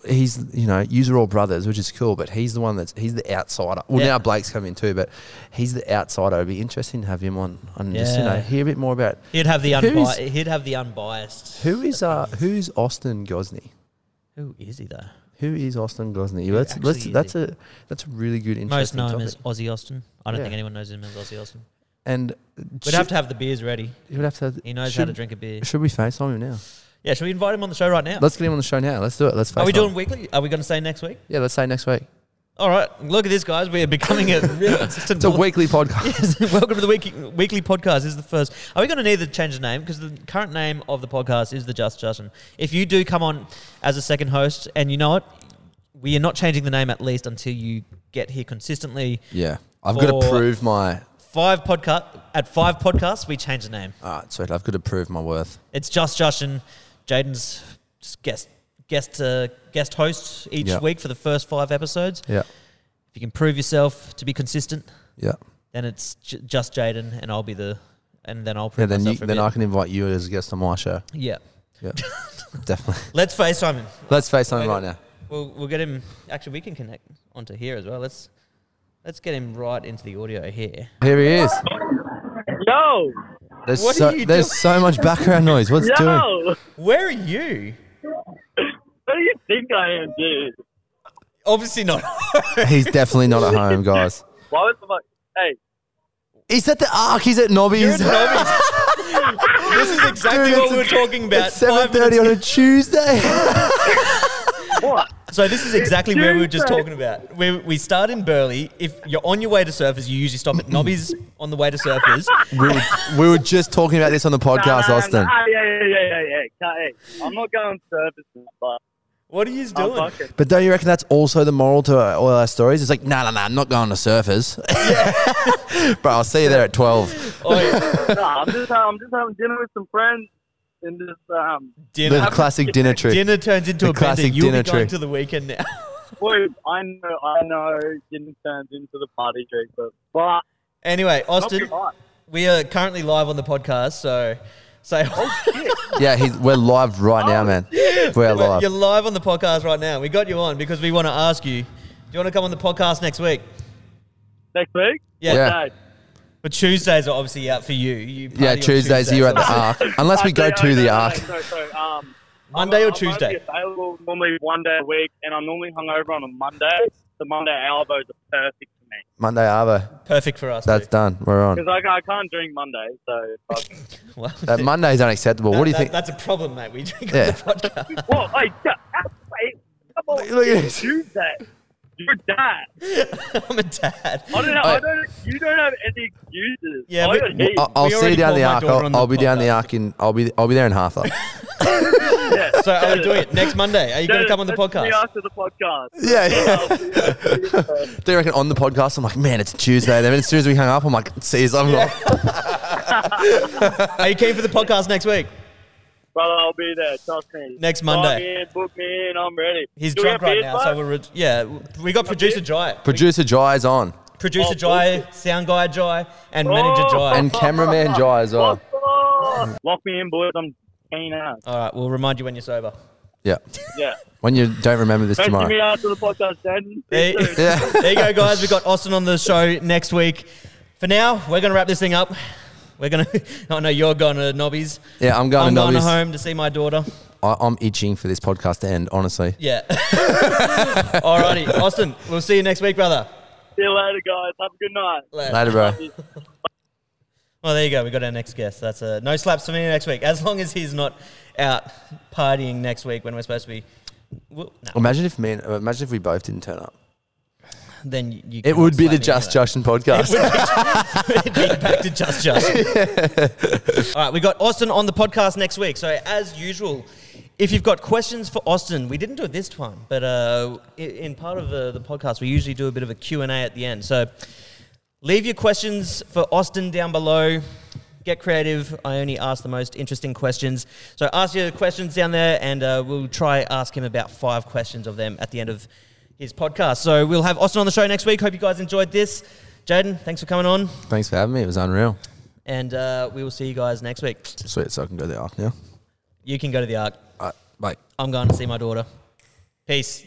Speaker 2: he's you know user all brothers, which is cool, but he's the one that's he's the outsider. Well,
Speaker 1: Yeah.
Speaker 2: now Blake's come in too, but he's the outsider. It'd be interesting to have him on and just you know
Speaker 1: Yeah.
Speaker 2: hear a bit more about
Speaker 1: He'd have the
Speaker 2: Who's-
Speaker 1: unbi- he'd have the unbiased.
Speaker 2: who is uh who's Austin Gosney.
Speaker 1: Who is he though?
Speaker 2: Who is Austin Gosney? Let's,
Speaker 1: actually
Speaker 2: let's,
Speaker 1: is
Speaker 2: that's a that's a really good
Speaker 1: Most
Speaker 2: interesting
Speaker 1: known
Speaker 2: topic.
Speaker 1: as Aussie Austin. I don't
Speaker 2: Yeah.
Speaker 1: think anyone knows him as Aussie Austin.
Speaker 2: and
Speaker 1: We'd have to have the beers ready.
Speaker 2: You'd have to. Have,
Speaker 1: He knows
Speaker 2: should,
Speaker 1: how to drink a beer.
Speaker 2: Should we FaceTime him now?
Speaker 1: Yeah, should we invite him on the show right now?
Speaker 2: Let's get him on the show now. Let's do it. Let's. FaceTime.
Speaker 1: Are we doing weekly? Are we going to say next week?
Speaker 2: Yeah, let's say next week.
Speaker 1: All right, look at this, guys. We are becoming a
Speaker 2: [laughs]
Speaker 1: real consistent. [laughs]
Speaker 2: It's a
Speaker 1: voice.
Speaker 2: weekly podcast.
Speaker 1: Yes, [laughs] welcome to the week, weekly podcast. This is the first. Are we going to need to change the name? Because the current name of the podcast is the Just Justin. If you do come on as a second host, and you know it, we are not changing the name at least until you get here consistently.
Speaker 2: Yeah, I've got to
Speaker 1: Or-
Speaker 2: prove my.
Speaker 1: Five podcast at five podcasts, we change the name.
Speaker 2: Ah, sweet. I've got to prove my worth.
Speaker 1: It's Just Justin, Jaden's just guest guest uh, guest host each
Speaker 2: Yeah.
Speaker 1: week for the first five episodes.
Speaker 2: Yeah,
Speaker 1: If you can prove yourself to be consistent,
Speaker 2: yeah.
Speaker 1: then it's j- just Jaden, and I'll be the, and then I'll
Speaker 2: Yeah,
Speaker 1: prove
Speaker 2: then you,
Speaker 1: myself. for a
Speaker 2: then
Speaker 1: bit.
Speaker 2: I can invite you as a guest on my show.
Speaker 1: yeah.
Speaker 2: [laughs] Yeah, definitely.
Speaker 1: Let's FaceTime him.
Speaker 2: Let's FaceTime right now.
Speaker 1: We'll, we'll get him. Actually, we can connect onto here as well. Let's let's get him right into the audio here.
Speaker 2: Here he is.
Speaker 4: Yo,
Speaker 2: There's
Speaker 1: What are
Speaker 2: so
Speaker 1: you
Speaker 2: there's
Speaker 1: doing?
Speaker 2: so much background noise. What's
Speaker 4: yo,
Speaker 2: it doing?
Speaker 1: Where are you?
Speaker 4: [laughs] what do you think I am, dude?
Speaker 1: Obviously not. [laughs]
Speaker 2: He's definitely not at home, guys.
Speaker 4: Why was the fuck? Hey,
Speaker 2: He's at the Ark. He's at
Speaker 1: You're in
Speaker 2: Nobby's.
Speaker 1: Melbourne. this is exactly
Speaker 2: [laughs] Dude,
Speaker 1: what
Speaker 2: it's
Speaker 1: we were
Speaker 2: a-
Speaker 1: talking about.
Speaker 2: It's
Speaker 1: five
Speaker 2: seven thirty
Speaker 1: minutes
Speaker 2: on a Tuesday.
Speaker 1: [laughs]
Speaker 4: what?
Speaker 1: So this is exactly where we were just talking about. We, we start in Burley. If you're on your way to Surfers, you usually stop at
Speaker 2: [clears throat]
Speaker 1: Nobby's on the way to Surfers.
Speaker 2: we, were, we were just talking about this on the podcast,
Speaker 4: Nah, nah,
Speaker 2: Austin.
Speaker 4: nah, Ah, yeah, yeah, yeah, yeah, yeah. Nah, Hey, I'm not going services, but
Speaker 1: What are you
Speaker 4: I'm
Speaker 1: doing?
Speaker 4: fucking.
Speaker 2: But don't you reckon that's also the moral to uh, all our stories? It's like, no, no, no, I'm not going to surfers. [laughs] Bro, I'll see you there
Speaker 1: [laughs]
Speaker 2: at 12.
Speaker 1: Oh,
Speaker 2: [laughs]
Speaker 1: yeah.
Speaker 4: Nah, I'm just, I'm just having dinner with some friends and just um,
Speaker 1: dinner.
Speaker 2: The classic dinner trick.
Speaker 1: Dinner turns into
Speaker 2: The
Speaker 1: a bender.
Speaker 2: classic
Speaker 1: You'll be
Speaker 2: dinner
Speaker 1: going
Speaker 2: trick.
Speaker 1: to the weekend now. [laughs]
Speaker 4: boys. I know, I know, dinner turns into the party drink, but but
Speaker 1: anyway,
Speaker 4: not
Speaker 1: Austin,
Speaker 4: too much.
Speaker 1: we are currently live on the podcast, so say
Speaker 4: Oh,
Speaker 1: [laughs]
Speaker 2: Yeah, he's, we're live right now, man. We're live.
Speaker 1: you're live on the podcast right now. We got you on because we want to ask you. Do you want to come on the podcast next week?
Speaker 4: Next week,
Speaker 1: Yeah.
Speaker 2: Yeah.
Speaker 4: Hey,
Speaker 1: But Tuesdays are obviously out for you. you party
Speaker 2: Yeah,
Speaker 1: on
Speaker 2: Tuesdays you at the
Speaker 1: obviously.
Speaker 2: Ark. Unless we
Speaker 4: I
Speaker 2: go
Speaker 4: do-
Speaker 2: to
Speaker 4: I
Speaker 2: the
Speaker 4: know,
Speaker 2: Ark.
Speaker 4: I know, so, um,
Speaker 1: Monday or
Speaker 4: I'm only
Speaker 1: Tuesday?
Speaker 4: available normally one day a week, and I'm normally hungover on a Monday. The Monday elbows are perfect for me
Speaker 2: Monday, Arvo.
Speaker 1: Perfect for us.
Speaker 2: That's
Speaker 1: too.
Speaker 2: done. We're on.
Speaker 4: because I, I can't drink Monday. So fuck.
Speaker 2: [laughs]
Speaker 1: Well,
Speaker 2: That Monday's unacceptable. What do you
Speaker 1: that-
Speaker 2: think?
Speaker 1: That's a problem, mate. We drink
Speaker 2: Yeah.
Speaker 1: on the podcast.
Speaker 4: whoa, hey, d- wait, come on,
Speaker 2: Look at this.
Speaker 4: Tuesday. You're dad.
Speaker 1: [laughs] I'm a dad.
Speaker 4: I don't know.
Speaker 2: I-
Speaker 4: I don't. You don't have any excuses.
Speaker 1: Yeah,
Speaker 4: I
Speaker 1: but-
Speaker 4: don't need.
Speaker 2: I'll, I'll
Speaker 1: We
Speaker 2: see you
Speaker 1: already
Speaker 2: down the
Speaker 1: called my
Speaker 2: Ark.
Speaker 1: daughter on
Speaker 2: I'll,
Speaker 1: the
Speaker 2: I'll be down the
Speaker 1: podcast.
Speaker 2: Ark and I'll be I'll be there
Speaker 1: [laughs]
Speaker 2: in half hour.
Speaker 4: yeah.
Speaker 1: So are we doing it next Monday? Are you going to
Speaker 4: Dennis,
Speaker 1: come on the
Speaker 4: let's see
Speaker 1: podcast?
Speaker 4: after the podcast.
Speaker 2: yeah, yeah. [laughs] Do you reckon on the podcast? I'm like, man, it's Tuesday. Then as soon as we hung up, I'm like, see, you, I'm like,
Speaker 1: Are you keen for the podcast next week?
Speaker 4: Brother, I'll be there. Trust me.
Speaker 1: Next
Speaker 4: Call
Speaker 1: Monday.
Speaker 4: me in, book me in. I'm ready.
Speaker 1: He's
Speaker 4: Do we
Speaker 1: drunk
Speaker 4: have
Speaker 1: right
Speaker 4: beers,
Speaker 1: now,
Speaker 4: bud?
Speaker 1: so we're re- yeah. We got producer Jai,
Speaker 2: producer Jai's on
Speaker 1: producer
Speaker 4: Oh,
Speaker 1: Jai, sound guy Jai, and manager
Speaker 4: Oh.
Speaker 1: Jai.
Speaker 2: and cameraman Jai as well.
Speaker 4: Oh, Lock me in, boys. I'm keen out.
Speaker 1: All right, we'll remind you when you're sober.
Speaker 2: Yeah.
Speaker 4: Yeah.
Speaker 2: When you don't remember this
Speaker 4: Message me
Speaker 2: tomorrow.
Speaker 4: after the podcast, Dan.
Speaker 1: Hey.
Speaker 2: Yeah.
Speaker 1: [laughs] There you go, guys. We got Austin on the show next week. For now, we're gonna wrap this thing up. We're gonna. [laughs] I know you're going to Nobby's.
Speaker 2: Yeah, I'm
Speaker 1: I'm
Speaker 2: going to
Speaker 1: going
Speaker 2: Nobby's.
Speaker 1: home to see my daughter.
Speaker 2: I, I'm itching for this podcast to end, honestly.
Speaker 1: Yeah. [laughs] Alrighty, Austin. We'll see you next week, brother.
Speaker 4: See you later, guys. Have a good night.
Speaker 1: Later.
Speaker 2: Later, bro.
Speaker 1: Well, there you go. We got our next guest. That's a no slaps for me next week. As long as he's not out partying next week when we're supposed to be. Well, no.
Speaker 2: uh, Imagine if me and, imagine if we both didn't turn up.
Speaker 1: then you. you
Speaker 2: It
Speaker 1: cannot
Speaker 2: would be
Speaker 1: slap
Speaker 2: the
Speaker 1: me
Speaker 2: Just
Speaker 1: either.
Speaker 2: Justin podcast.
Speaker 1: It'd be [laughs] back to Just Just. All right, we got Austin on the podcast next week. So as usual, if you've got questions for Austin, we didn't do it this time, but uh, i- in part of the, the podcast, we usually do a bit of a Q and A at the end. So leave your questions for Austin down below. Get creative. I only ask the most interesting questions. So ask your questions down there, and uh, we'll try ask him about five questions of them at the end of his podcast. So we'll have Austin on the show next week. Hope you guys enjoyed this. Jaden, thanks for coming on.
Speaker 2: [laughs] Thanks for having me. It was unreal.
Speaker 1: And uh, we will see you guys next week.
Speaker 2: Sweet, so I can go to the arc now.
Speaker 1: You can go to the arc.
Speaker 2: Uh, All right, bye.
Speaker 1: I'm going to see my daughter. Peace.